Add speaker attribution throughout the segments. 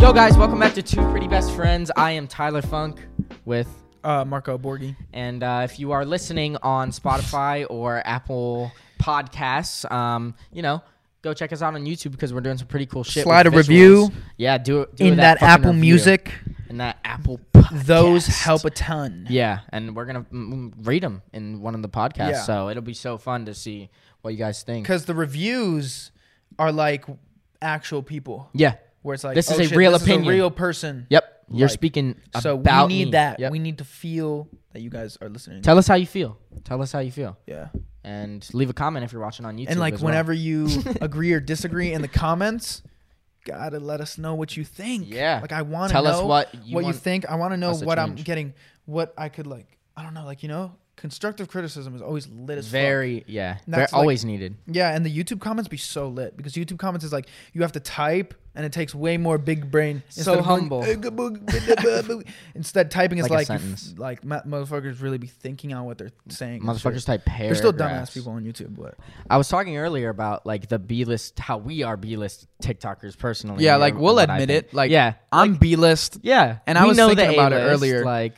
Speaker 1: Yo, guys, welcome back to Two Pretty Best Friends. I am Tyler Funk with,
Speaker 2: Uh, Marco Borghi.
Speaker 1: and uh, if you are listening on Spotify or Apple Podcasts, um, you know, go check us out on YouTube because we're doing some pretty cool shit.
Speaker 2: Slide
Speaker 1: with
Speaker 2: a
Speaker 1: visuals.
Speaker 2: review
Speaker 1: yeah, do it do
Speaker 2: In that,
Speaker 1: fucking
Speaker 2: Apple
Speaker 1: review.
Speaker 2: Music,
Speaker 1: in that Apple.
Speaker 2: those
Speaker 1: Podcast.
Speaker 2: help a ton.
Speaker 1: Yeah, and we're gonna mm, mm, read them in one of the podcasts,
Speaker 2: Yeah.
Speaker 1: so it'll be so fun to see what you guys think.
Speaker 2: Because the reviews are like actual people,
Speaker 1: Yeah.
Speaker 2: where it's like,
Speaker 1: This
Speaker 2: oh,
Speaker 1: is a
Speaker 2: shit,
Speaker 1: real
Speaker 2: this
Speaker 1: opinion.
Speaker 2: Is a real person.
Speaker 1: Yep. You're
Speaker 2: Like,
Speaker 1: speaking
Speaker 2: So
Speaker 1: about
Speaker 2: we need
Speaker 1: me.
Speaker 2: that.
Speaker 1: Yep.
Speaker 2: We need to feel that you guys are listening.
Speaker 1: Tell us how you feel. Tell us how you feel.
Speaker 2: yeah.
Speaker 1: and leave a comment if you're watching on YouTube.
Speaker 2: And like
Speaker 1: as well.
Speaker 2: whenever you agree or disagree in the comments, gotta let us know what you think.
Speaker 1: Yeah.
Speaker 2: Like I want to
Speaker 1: Tell
Speaker 2: know
Speaker 1: us what you
Speaker 2: you, what you
Speaker 1: want
Speaker 2: think. I want to know
Speaker 1: us to
Speaker 2: what I'm
Speaker 1: change.
Speaker 2: getting. What I could like. I don't know. Like you know, constructive criticism is always lit as fuck.
Speaker 1: very yeah, they're
Speaker 2: That's like-
Speaker 1: always needed.
Speaker 2: Yeah, and the YouTube comments be so lit because YouTube comments is like you have to type and it takes way more big brain.
Speaker 1: So
Speaker 2: instead of going,
Speaker 1: humble.
Speaker 2: Instead, typing is
Speaker 1: Like a
Speaker 2: like you f-
Speaker 1: sentence.
Speaker 2: like mo- motherfuckers really be thinking on what they're saying. and shit.
Speaker 1: Motherfuckers type
Speaker 2: They're still
Speaker 1: paragraphs.
Speaker 2: dumbass people on YouTube, but
Speaker 1: I was talking earlier about like the B list, how we are B list TikTokers personally.
Speaker 3: Yeah,
Speaker 1: or
Speaker 3: like we'll
Speaker 1: what I
Speaker 3: admit
Speaker 1: think.
Speaker 3: it. Like
Speaker 1: yeah,
Speaker 3: I'm B list.
Speaker 1: yeah.
Speaker 3: and I
Speaker 1: We
Speaker 3: was
Speaker 1: know
Speaker 3: thinking
Speaker 1: the
Speaker 3: about it
Speaker 1: A-list,
Speaker 3: earlier.
Speaker 1: Like,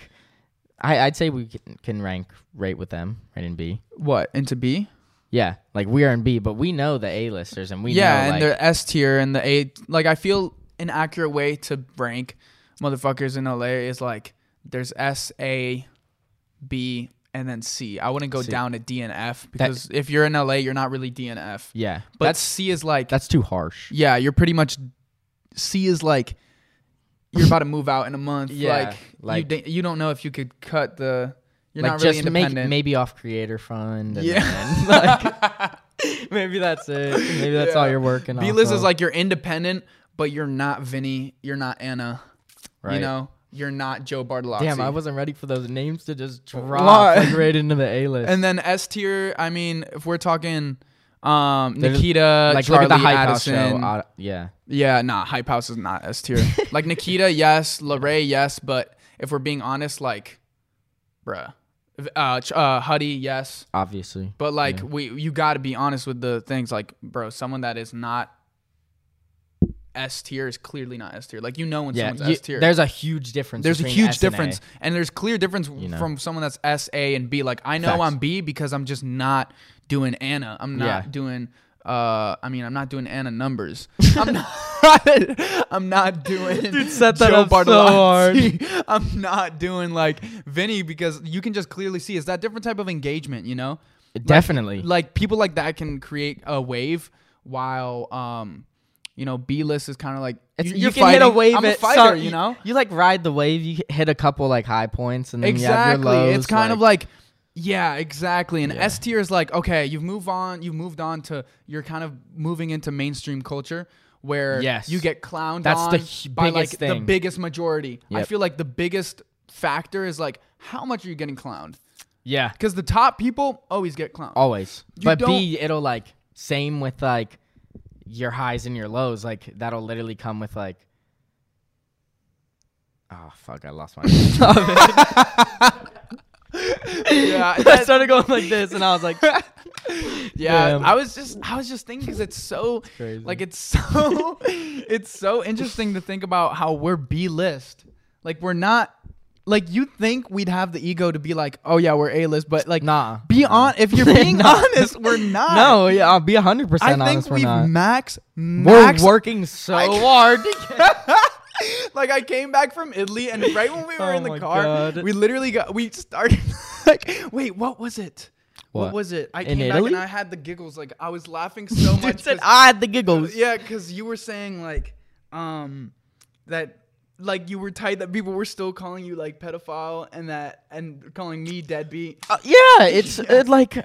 Speaker 1: I I'd say we can, can rank rate with them, right in B.
Speaker 3: What into B?
Speaker 1: Yeah, like we are in B, but we know the A listers, and we
Speaker 3: yeah,
Speaker 1: know,
Speaker 3: and
Speaker 1: like,
Speaker 3: they're S tier and the A. Like I feel an accurate way to rank motherfuckers in LA is like there's S A, B, and then C. I wouldn't go
Speaker 1: C.
Speaker 3: down to D and F because if you're in LA, you're not really D and F.
Speaker 1: yeah.
Speaker 3: But
Speaker 1: that's
Speaker 3: C is like
Speaker 1: that's too harsh.
Speaker 3: yeah, you're pretty much C is like you're about to move out in a month.
Speaker 1: Yeah,
Speaker 3: like,
Speaker 1: like-
Speaker 3: you you, you don't know if you could cut the. You're
Speaker 1: like
Speaker 3: not really
Speaker 1: just make,
Speaker 3: independent.
Speaker 1: maybe off creator fund. And
Speaker 3: Yeah.
Speaker 1: then, like, maybe that's it. Maybe that's all
Speaker 3: Yeah.
Speaker 1: you're working.
Speaker 3: B
Speaker 1: off
Speaker 3: list
Speaker 1: of.
Speaker 3: is like you're independent, but you're not Vinny. You're not Anna.
Speaker 1: Right.
Speaker 3: You know, you're not Joe Bartolozzi.
Speaker 1: Damn, I wasn't ready for those names to just drop
Speaker 3: Why?
Speaker 1: like, right into the A list.
Speaker 3: And then S tier. I mean, if we're talking um,
Speaker 1: There's-
Speaker 3: Nikita,
Speaker 1: like
Speaker 3: Charlie
Speaker 1: look at the hype
Speaker 3: Addison.
Speaker 1: house show. uh, yeah,
Speaker 3: yeah, nah, hype house is not S tier. like Nikita, yes. Lorray, yes. But if we're being honest, like, bruh, uh, Ch- uh, Huddy, yes.
Speaker 1: obviously.
Speaker 3: But like we, you got to be honest with the things. Like, bro, someone that is not S tier is clearly not S tier. Like, you know when
Speaker 1: yeah,
Speaker 3: someone's
Speaker 1: you-
Speaker 3: S tier.
Speaker 1: there's a huge difference.
Speaker 3: There's a
Speaker 1: between
Speaker 3: huge
Speaker 1: S and A.
Speaker 3: difference, and there's clear difference
Speaker 1: know.
Speaker 3: from someone that's S A and B. Like I know
Speaker 1: Facts.
Speaker 3: I'm B because I'm just not doing Anna. I'm not
Speaker 1: Yeah.
Speaker 3: doing. Uh, I mean, I'm not doing Anna numbers. I'm not. I'm not doing
Speaker 1: set that
Speaker 3: Joe
Speaker 1: up so
Speaker 3: Bartolozzi. I'm not doing like Vinny because you can just clearly see it's that different type of engagement. You know,
Speaker 1: Definitely.
Speaker 3: like people like that can create a wave while um. You know, B list is kind of like
Speaker 1: It's-
Speaker 3: you-
Speaker 1: you
Speaker 3: you're
Speaker 1: can hit a
Speaker 3: fighting.
Speaker 1: wave
Speaker 3: I'm a
Speaker 1: at some-
Speaker 3: fighter, you know.
Speaker 1: You like ride the wave. You hit a couple like high points, and then
Speaker 3: Exactly.
Speaker 1: You have your lows,
Speaker 3: it's kind of like yeah, exactly. And S tier is like, okay, you've moved on, you've moved on to you're kind of moving into mainstream culture where
Speaker 1: Yes.
Speaker 3: you get clowned
Speaker 1: That's
Speaker 3: on
Speaker 1: the hu-
Speaker 3: by like
Speaker 1: biggest
Speaker 3: the
Speaker 1: thing.
Speaker 3: biggest majority. I
Speaker 1: Yep.
Speaker 3: feel like the biggest factor is like how much are you getting clowned?
Speaker 1: yeah,
Speaker 3: Cuz the top people always get clowned.
Speaker 1: always. But
Speaker 3: don't-
Speaker 1: B, it'll like same with like your highs and your lows. Like that'll literally come with like. Oh fuck! I lost my.
Speaker 3: yeah.
Speaker 1: I
Speaker 3: that-
Speaker 1: started going like this, and I was like,
Speaker 3: yeah,
Speaker 1: Yeah.
Speaker 3: I was just I was just thinking cuz it's so
Speaker 1: crazy.
Speaker 3: like it's so it's so interesting to think about how we're B list. Like we're not like you think we'd have the ego to be like, "Oh yeah, we're A list," but like
Speaker 1: Nah.
Speaker 3: Be on if you're being
Speaker 1: Nah.
Speaker 3: honest, we're not.
Speaker 1: "No, yeah, I'll be hundred
Speaker 3: I
Speaker 1: percent
Speaker 3: think
Speaker 1: honest. We're
Speaker 3: we've
Speaker 1: not.
Speaker 3: max
Speaker 1: We're
Speaker 3: max
Speaker 1: working so hard. to get-
Speaker 3: like I came back from Italy and right when we were
Speaker 1: Oh
Speaker 3: in the
Speaker 1: my
Speaker 3: car,
Speaker 1: God.
Speaker 3: we literally got we started like wait, what was it? What,
Speaker 1: What?
Speaker 3: was it? I
Speaker 1: In
Speaker 3: came back
Speaker 1: Italy?
Speaker 3: and I had the giggles like I was laughing so much
Speaker 1: Dude said,
Speaker 3: 'cause-
Speaker 1: "I had the giggles."
Speaker 3: Yeah, because you were saying like um that like you were tight that people were still calling you like pedophile and that and calling me deadbeat
Speaker 1: Uh, yeah, it's It, like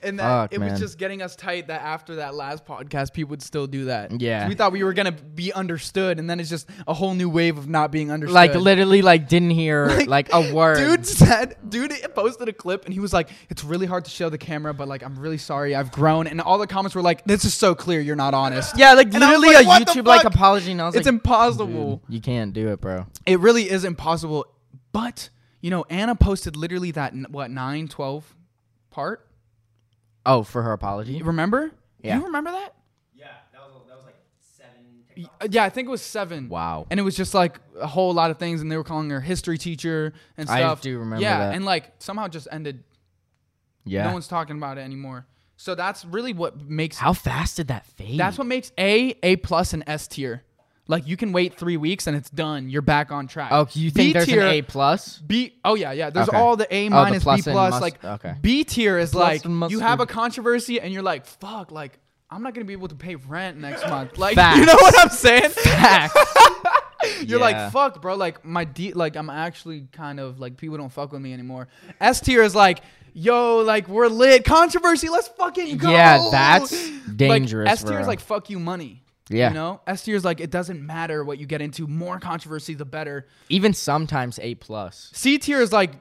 Speaker 3: and that
Speaker 1: Fuck,
Speaker 3: it
Speaker 1: man.
Speaker 3: was just getting us tight that after that last podcast people would still do that
Speaker 1: Yeah.
Speaker 3: we thought we were gonna be understood and then it's just a whole new wave of not being understood
Speaker 1: like literally like didn't hear like, a word.
Speaker 3: Dude said, dude posted a clip and he was like, "It's really hard to show the camera, but like, I'm really sorry, I've grown." And all the comments were like, "This is so clear, you're not honest.
Speaker 1: yeah, like
Speaker 3: And I was
Speaker 1: literally
Speaker 3: like,
Speaker 1: a
Speaker 3: "What the
Speaker 1: YouTube like
Speaker 3: fuck?
Speaker 1: apology. And I was
Speaker 3: It's
Speaker 1: like,
Speaker 3: impossible.
Speaker 1: you can't do it, bro.
Speaker 3: It really is impossible." But you know, Anna posted literally that n- what nine, twelve part.
Speaker 1: Oh, for her apology.
Speaker 3: You remember?
Speaker 1: Yeah.
Speaker 3: You remember that?
Speaker 4: Yeah, that was that was like seven.
Speaker 3: Y- Yeah, I think it was seven.
Speaker 1: Wow.
Speaker 3: And it was just like a whole lot of things, and they were calling her history teacher and
Speaker 1: I
Speaker 3: stuff.
Speaker 1: do remember
Speaker 3: Yeah,
Speaker 1: that.
Speaker 3: and like somehow just ended.
Speaker 1: yeah.
Speaker 3: No one's talking about it anymore. So that's really what makes
Speaker 1: How fast did that fade?
Speaker 3: That's what makes A A plus and S tier. Like you can wait three weeks and it's done. You're back on track.
Speaker 1: Oh, you think
Speaker 3: B
Speaker 1: there's
Speaker 3: tier-
Speaker 1: an A plus?
Speaker 3: B. Oh yeah, yeah. There's
Speaker 1: Okay.
Speaker 3: all the A
Speaker 1: Oh, the
Speaker 3: minus
Speaker 1: plus
Speaker 3: B
Speaker 1: and
Speaker 3: plus.
Speaker 1: must-
Speaker 3: like
Speaker 1: okay.
Speaker 3: B tier is
Speaker 1: Plus
Speaker 3: like
Speaker 1: and must
Speaker 3: you have
Speaker 1: be-
Speaker 3: a controversy and you're like, fuck, like I'm not gonna be able to pay rent next month. Like
Speaker 1: Facts.
Speaker 3: you know what I'm saying? You're
Speaker 1: Yeah.
Speaker 3: like fuck, bro. Like my D, like I'm actually kind of like people don't fuck with me anymore. S tier is like, yo, like we're lit. Controversy, let's fucking go.
Speaker 1: Yeah, that's dangerous,
Speaker 3: Like, S tier
Speaker 1: bro.
Speaker 3: is like fuck you money.
Speaker 1: Yeah.
Speaker 3: you know, S tier is like it doesn't matter what you get into. More controversy, the better.
Speaker 1: Even sometimes A plus.
Speaker 3: C tier is like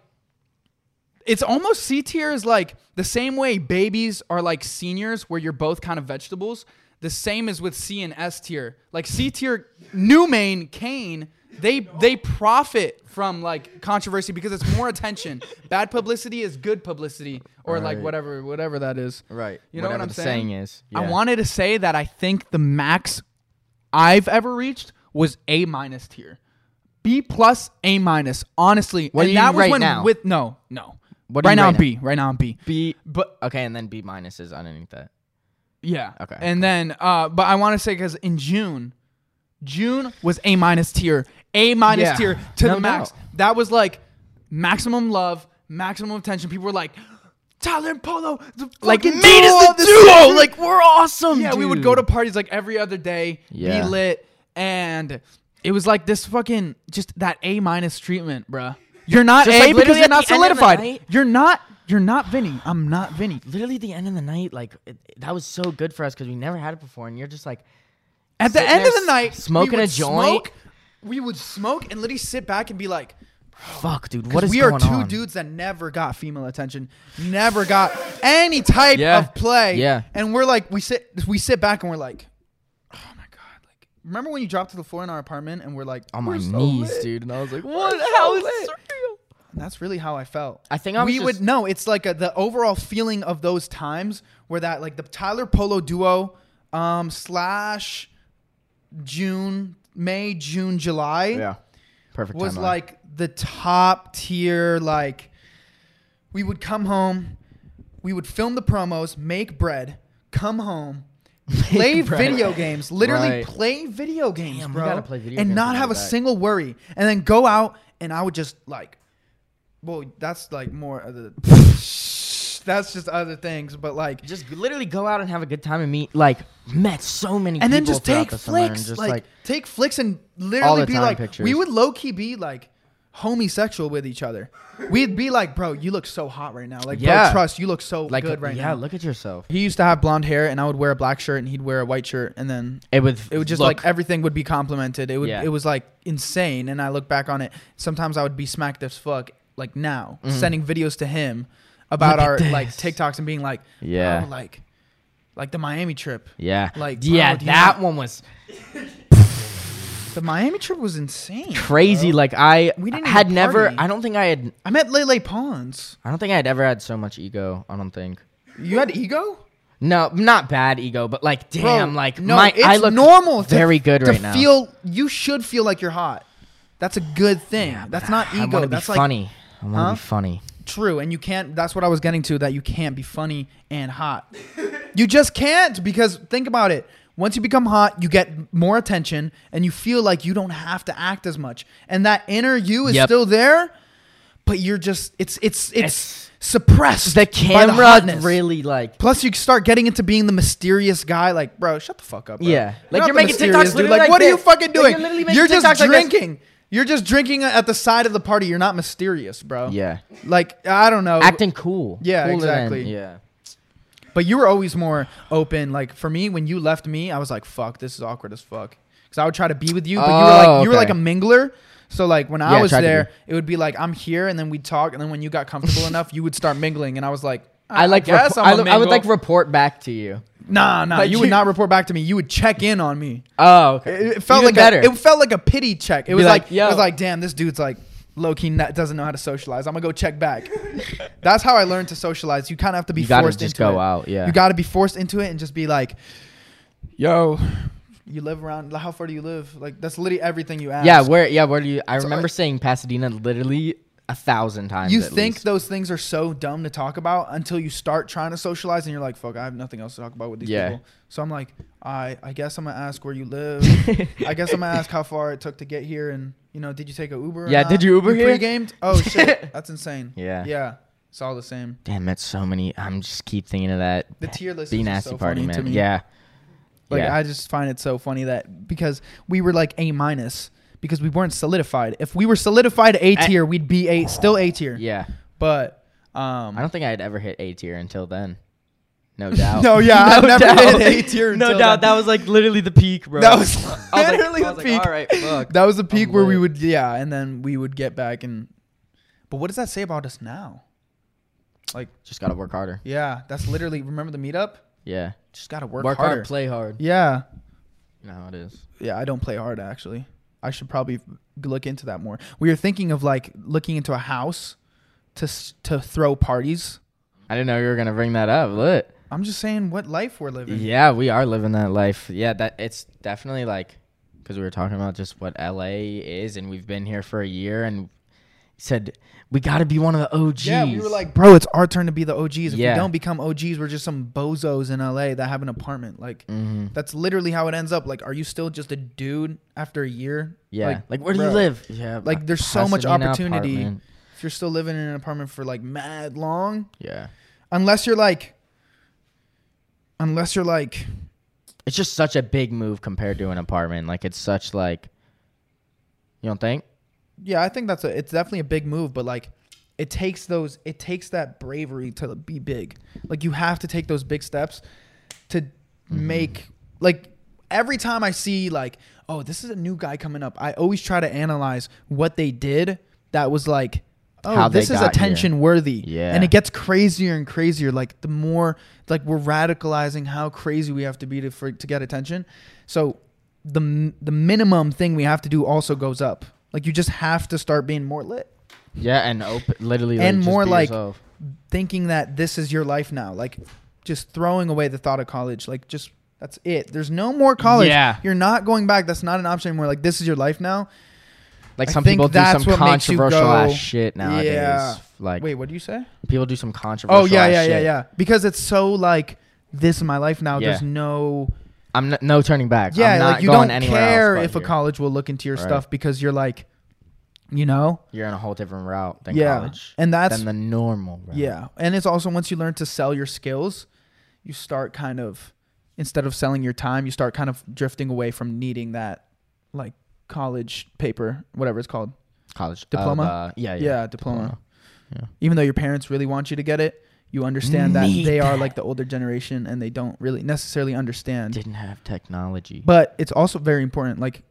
Speaker 3: it's almost C tier is like the same way babies are like seniors where you're both kind of vegetables. The same is with C and S tier. Like C tier New Main Kane, they they profit from like controversy because it's more attention. Bad publicity is good publicity or like
Speaker 1: Right.
Speaker 3: whatever whatever that is.
Speaker 1: Right.
Speaker 3: You know
Speaker 1: Whatever
Speaker 3: what I'm
Speaker 1: the
Speaker 3: saying?
Speaker 1: saying is.
Speaker 3: I
Speaker 1: Yeah.
Speaker 3: wanted to say that I think the max I've ever reached was A minus tier. B plus A minus. Honestly,
Speaker 1: What
Speaker 3: and
Speaker 1: are you
Speaker 3: that was
Speaker 1: right
Speaker 3: when
Speaker 1: now?
Speaker 3: with no no.
Speaker 1: What are
Speaker 3: right
Speaker 1: you
Speaker 3: now
Speaker 1: right
Speaker 3: I'm
Speaker 1: now?
Speaker 3: B. Right now I'm B.
Speaker 1: B.
Speaker 3: But
Speaker 1: Okay, and then B minus is underneath that.
Speaker 3: yeah.
Speaker 1: Okay,
Speaker 3: And then uh, but I want to say because in June, June was A minus tier. A minus
Speaker 1: Yeah.
Speaker 3: tier to
Speaker 1: No
Speaker 3: the max.
Speaker 1: doubt.
Speaker 3: That was like maximum love, maximum attention. People were like. Tyler and Polo, the
Speaker 1: Like
Speaker 3: fucking
Speaker 1: made us
Speaker 3: of
Speaker 1: the
Speaker 3: century."
Speaker 1: duo. Like we're awesome.
Speaker 3: Yeah, we would
Speaker 1: dude.
Speaker 3: go to parties like every other day,
Speaker 1: Yeah.
Speaker 3: be lit, and it was like this fucking just that A minus treatment, bruh. You're not
Speaker 1: Just,
Speaker 3: A
Speaker 1: like,
Speaker 3: because
Speaker 1: literally
Speaker 3: you're
Speaker 1: at
Speaker 3: not
Speaker 1: the end of the
Speaker 3: solidified.
Speaker 1: night-
Speaker 3: You're not. You're not Vinny. I'm not Vinny.
Speaker 1: literally the end of the night. Like it, that was so good for us because we never had it before, and you're just like,
Speaker 3: At the
Speaker 1: Sitting
Speaker 3: end of
Speaker 1: there
Speaker 3: the night,
Speaker 1: s- smoking
Speaker 3: we would
Speaker 1: a joint.
Speaker 3: smoke- we would smoke and literally sit back and be like,
Speaker 1: fuck, dude, what is
Speaker 3: we
Speaker 1: going
Speaker 3: are two
Speaker 1: on?
Speaker 3: dudes that never got female attention, never got any type
Speaker 1: Yeah.
Speaker 3: of play.
Speaker 1: Yeah.
Speaker 3: And we're like, we sit, we sit back and we're like, oh my god, like, remember when you dropped to the floor in our apartment and we're like,
Speaker 1: on my
Speaker 3: we're so
Speaker 1: knees,
Speaker 3: lit.
Speaker 1: dude, and I was like,
Speaker 3: We're
Speaker 1: what?
Speaker 3: so
Speaker 1: How is
Speaker 3: lit.
Speaker 1: this real?
Speaker 3: And that's really how I felt.
Speaker 1: I think I was
Speaker 3: we would
Speaker 1: just-
Speaker 3: no. It's like a, the overall feeling of those times where that like the Tyler Polo duo um, slash June, May, June, July
Speaker 1: Yeah, perfect.
Speaker 3: was
Speaker 1: timeline.
Speaker 3: like the top tier. Like, we would come home, we would film the promos, make bread, come home, play
Speaker 1: bread.
Speaker 3: video games, literally
Speaker 1: Right.
Speaker 3: play video games,
Speaker 1: Damn, we
Speaker 3: bro,
Speaker 1: gotta play video
Speaker 3: and
Speaker 1: games
Speaker 3: not
Speaker 1: to
Speaker 3: have
Speaker 1: go
Speaker 3: a
Speaker 1: back.
Speaker 3: single worry, and then go out and I would just like, well, that's like more of the. That's just other things, but like
Speaker 1: just literally go out and have a good time and meet like met so many
Speaker 3: and
Speaker 1: people
Speaker 3: then just
Speaker 1: throughout
Speaker 3: take
Speaker 1: the summer and
Speaker 3: flicks,
Speaker 1: just
Speaker 3: like,
Speaker 1: like
Speaker 3: take flicks and
Speaker 1: All
Speaker 3: literally
Speaker 1: the
Speaker 3: be
Speaker 1: time
Speaker 3: like,
Speaker 1: pictures.
Speaker 3: we would low key be like homosexual with each other. We'd be like, bro, you look so hot right now. Like,
Speaker 1: Yeah.
Speaker 3: bro, trust, you look so
Speaker 1: like
Speaker 3: good right
Speaker 1: yeah,
Speaker 3: now.
Speaker 1: look at yourself.
Speaker 3: he used to have blonde hair, and I would wear a black shirt, and he'd wear a white shirt, and then
Speaker 1: It would
Speaker 3: it would just
Speaker 1: look-
Speaker 3: like everything would be complimented. It would
Speaker 1: Yeah.
Speaker 3: it was like insane, and I look back on it. Sometimes I would be smacked as fuck, like now, sending videos to him about
Speaker 1: Mm-hmm. Look at
Speaker 3: our like
Speaker 1: this.
Speaker 3: TikToks and being like,
Speaker 1: Yeah.
Speaker 3: "Bro, like, like the Miami trip.
Speaker 1: yeah,
Speaker 3: like,
Speaker 1: yeah,
Speaker 3: bro, do you
Speaker 1: that
Speaker 3: not-
Speaker 1: one was
Speaker 3: The Miami trip was insane.
Speaker 1: crazy. Like I
Speaker 3: We didn't
Speaker 1: had
Speaker 3: even
Speaker 1: never.
Speaker 3: party.
Speaker 1: I don't think I had.
Speaker 3: I met Lele Pons.
Speaker 1: I don't think I had ever had so much ego. I don't think.
Speaker 3: You had ego?
Speaker 1: No, not bad ego, but like damn,
Speaker 3: Bro,
Speaker 1: like my I look
Speaker 3: to-
Speaker 1: very good
Speaker 3: to
Speaker 1: right now.
Speaker 3: Feel you should feel like you're hot. That's a good thing. that's not
Speaker 1: I
Speaker 3: ego.
Speaker 1: want to be
Speaker 3: That's like
Speaker 1: funny. I want to
Speaker 3: Huh?
Speaker 1: be funny.
Speaker 3: true. And you can't. That's what I was getting to. That you can't be funny and hot. you just can't because think about it. Once you become hot, you get more attention, and you feel like you don't have to act as much. And that inner you is
Speaker 1: Yep.
Speaker 3: still there, but you're just it's it's it's,
Speaker 1: It's-
Speaker 3: suppressed.
Speaker 1: The
Speaker 3: by the
Speaker 1: camera
Speaker 3: hotness.
Speaker 1: really like
Speaker 3: Plus, you start getting into being the mysterious guy. Like, bro, shut the fuck up. Bro.
Speaker 1: Yeah. Like, you're
Speaker 3: not the
Speaker 1: making
Speaker 3: mysterious
Speaker 1: TikToks literally
Speaker 3: Like,
Speaker 1: like
Speaker 3: what are you
Speaker 1: this.
Speaker 3: fucking
Speaker 1: Like, you're
Speaker 3: doing?
Speaker 1: literally
Speaker 3: you're
Speaker 1: making
Speaker 3: just
Speaker 1: TikToks like this.
Speaker 3: drinking. You're just drinking at the side of the party. You're not mysterious, bro.
Speaker 1: Yeah.
Speaker 3: Like I don't know.
Speaker 1: Acting cool.
Speaker 3: Yeah,
Speaker 1: Cooler than-
Speaker 3: exactly.
Speaker 1: yeah.
Speaker 3: But you were always more open. Like for me, when you left me, I was like, "Fuck, this is awkward as fuck." Because I would try to be with you, but you were like,
Speaker 1: Oh,
Speaker 3: you were like
Speaker 1: okay.
Speaker 3: a mingler. So like when
Speaker 1: Yeah,
Speaker 3: I
Speaker 1: I
Speaker 3: was
Speaker 1: tried to
Speaker 3: there,
Speaker 1: be.
Speaker 3: it would be like I'm here, and then we'd talk, and then when you got comfortable enough, you would start mingling, and I was like,
Speaker 1: I like.
Speaker 5: guess
Speaker 1: repo-
Speaker 5: I'm a
Speaker 1: I, li- I
Speaker 5: mingle.
Speaker 1: would like report back to you.
Speaker 3: Nah, nah.
Speaker 5: Like
Speaker 3: you would
Speaker 5: you-
Speaker 3: not report back to me. You would check in on me.
Speaker 1: Oh, okay.
Speaker 3: It, it felt
Speaker 1: Even
Speaker 3: like
Speaker 1: better.
Speaker 3: A, it felt like a pity check. It was
Speaker 1: like,
Speaker 3: like,
Speaker 1: "Yo."
Speaker 3: it was like, damn, this dude's like low key not, doesn't know how to socialize. I'm gonna go check back. That's how I learned to socialize. You kind of have to be
Speaker 1: You gotta
Speaker 3: forced
Speaker 1: just
Speaker 3: into
Speaker 1: go
Speaker 3: it.
Speaker 1: out, yeah.
Speaker 3: you got to be forced into it and just be like, yo, you live around. How far do you live? Like that's literally everything you ask.
Speaker 1: yeah. Where? Yeah. Where do you? I remember
Speaker 3: like-
Speaker 1: saying Pasadena literally a thousand times.
Speaker 3: you
Speaker 1: at
Speaker 3: think
Speaker 1: least.
Speaker 3: those things are so dumb to talk about until you start trying to socialize and you're like, fuck, I have nothing else to talk about with these
Speaker 1: Yeah.
Speaker 3: people. So I'm like, I I guess I'm gonna ask where you live. I guess I'm gonna ask how far it took to get here and you know, did you take a Uber? or
Speaker 1: Yeah,
Speaker 3: not?
Speaker 1: did you Uber
Speaker 3: you
Speaker 1: here?
Speaker 3: Pre-gamed? Oh shit, that's insane.
Speaker 1: Yeah.
Speaker 3: yeah, it's all the same.
Speaker 1: Damn, that's so many. I'm just keep thinking of that.
Speaker 3: The tier list
Speaker 1: Be
Speaker 3: is just
Speaker 1: nasty
Speaker 3: so
Speaker 1: party
Speaker 3: funny to
Speaker 1: man.
Speaker 3: me.
Speaker 1: Yeah.
Speaker 3: Like
Speaker 1: yeah.
Speaker 3: I just find it so funny that because we were like A minus because we weren't solidified. If we were solidified A tier, we'd be a still A tier.
Speaker 1: yeah.
Speaker 3: but um,
Speaker 1: I don't think I'd ever hit A tier until then. No doubt.
Speaker 3: no, yeah, I've never
Speaker 1: doubt.
Speaker 3: hit A tier.
Speaker 1: No
Speaker 3: until
Speaker 1: doubt.
Speaker 3: then.
Speaker 1: That was like literally the peak, bro.
Speaker 3: That was
Speaker 1: I was like-
Speaker 3: literally
Speaker 1: I was
Speaker 3: the
Speaker 1: like,
Speaker 3: peak.
Speaker 1: All right, fuck.
Speaker 3: That was the peak
Speaker 1: I'm
Speaker 3: where we
Speaker 1: lit.
Speaker 3: would, yeah, and then we would get back and. But what does that say about us now? Like,
Speaker 1: Just gotta work harder.
Speaker 3: yeah, that's literally. Remember the meetup?
Speaker 1: Yeah.
Speaker 3: Just gotta work,
Speaker 1: Work
Speaker 3: harder.
Speaker 1: hard, play hard.
Speaker 3: yeah,
Speaker 1: You know how it is.
Speaker 3: yeah. I don't play hard actually. I should probably look into that more. We were thinking of like looking into a house to s- to throw parties.
Speaker 1: I didn't know you were gonna bring that up. Look.
Speaker 3: I'm just saying what life we're living.
Speaker 1: Yeah, we are living that life. Yeah, that it's definitely like because we were talking about just what LA is, and we've been here for a year, and said we got to be one of the OGs.
Speaker 3: Yeah, we were like, bro, it's our turn to be the OGs. If
Speaker 1: Yeah.
Speaker 3: we don't become OGs, we're just some bozos in LA that have an apartment. Like,
Speaker 1: Mm-hmm.
Speaker 3: that's literally how it ends up. Like, are you still just a dude after a year?
Speaker 1: yeah, like, where do
Speaker 3: bro,
Speaker 1: you live? Yeah,
Speaker 3: Like, there's so much
Speaker 1: Pasadena
Speaker 3: opportunity
Speaker 1: apartment.
Speaker 3: if you're still living in an apartment for like mad long,
Speaker 1: Yeah,
Speaker 3: unless you're like, unless you're like,
Speaker 1: it's just such a big move compared to an apartment. Like it's such like, you don't think?
Speaker 3: yeah, I think that's a, it's definitely a big move, but like, it takes those, it takes that bravery to be big. Like, you have to take those big steps to
Speaker 1: Mm-hmm.
Speaker 3: make, like, every time I see, like, oh, this is a new guy coming up, I always try to analyze what they did that was like, oh,
Speaker 1: How they
Speaker 3: this is
Speaker 1: got here.
Speaker 3: attention worthy.
Speaker 1: Yeah.
Speaker 3: And it gets crazier and crazier. Like, the more, like, we're radicalizing how crazy we have to be to, for, to get attention. So, the, m- the minimum thing we have to do also goes up. Like, you just have to start being more lit
Speaker 1: Yeah, and open, literally,
Speaker 3: And
Speaker 1: just
Speaker 3: more
Speaker 1: be
Speaker 3: like-
Speaker 1: yourself.
Speaker 3: thinking that this is your life now like just throwing away the thought of college like just that's it there's no more college
Speaker 5: Yeah.
Speaker 3: you're not going back that's not an option anymore like this is your life now
Speaker 1: like
Speaker 3: I
Speaker 1: some
Speaker 3: think
Speaker 1: people do
Speaker 3: that's
Speaker 1: some
Speaker 3: what makes you
Speaker 1: controversial ass
Speaker 3: go-
Speaker 1: shit nowadays.
Speaker 3: Yeah.
Speaker 1: Like
Speaker 3: wait what do you say
Speaker 1: people do some controversial.
Speaker 3: oh yeah
Speaker 1: ass
Speaker 3: yeah yeah
Speaker 1: shit.
Speaker 3: yeah because it's so like this is my life now
Speaker 1: Yeah.
Speaker 3: there's no
Speaker 1: I'm n- no turning back.
Speaker 3: yeah
Speaker 1: I'm not
Speaker 3: like you
Speaker 1: going
Speaker 3: don't
Speaker 1: anywhere
Speaker 3: care
Speaker 1: else
Speaker 3: if
Speaker 1: but
Speaker 3: a
Speaker 1: here.
Speaker 3: college will look into your
Speaker 1: Right.
Speaker 3: stuff because you're like you know
Speaker 1: You're on a whole different route than
Speaker 3: yeah
Speaker 1: college.
Speaker 3: and that's
Speaker 1: than the normal route.
Speaker 3: Yeah. And it's also once you learn to sell your skills, you start kind of instead of selling your time, you start kind of drifting away from needing that like college paper, whatever it's called.
Speaker 1: College of,
Speaker 3: Diploma?
Speaker 1: uh, yeah,
Speaker 3: Yeah,
Speaker 1: yeah.
Speaker 3: diploma.
Speaker 1: Yeah.
Speaker 3: Even though your parents really want you to get it, you understand that
Speaker 1: Need
Speaker 3: they are
Speaker 1: that.
Speaker 3: like the older generation and they don't really necessarily understand.
Speaker 1: Didn't have technology.
Speaker 3: But it's also very important like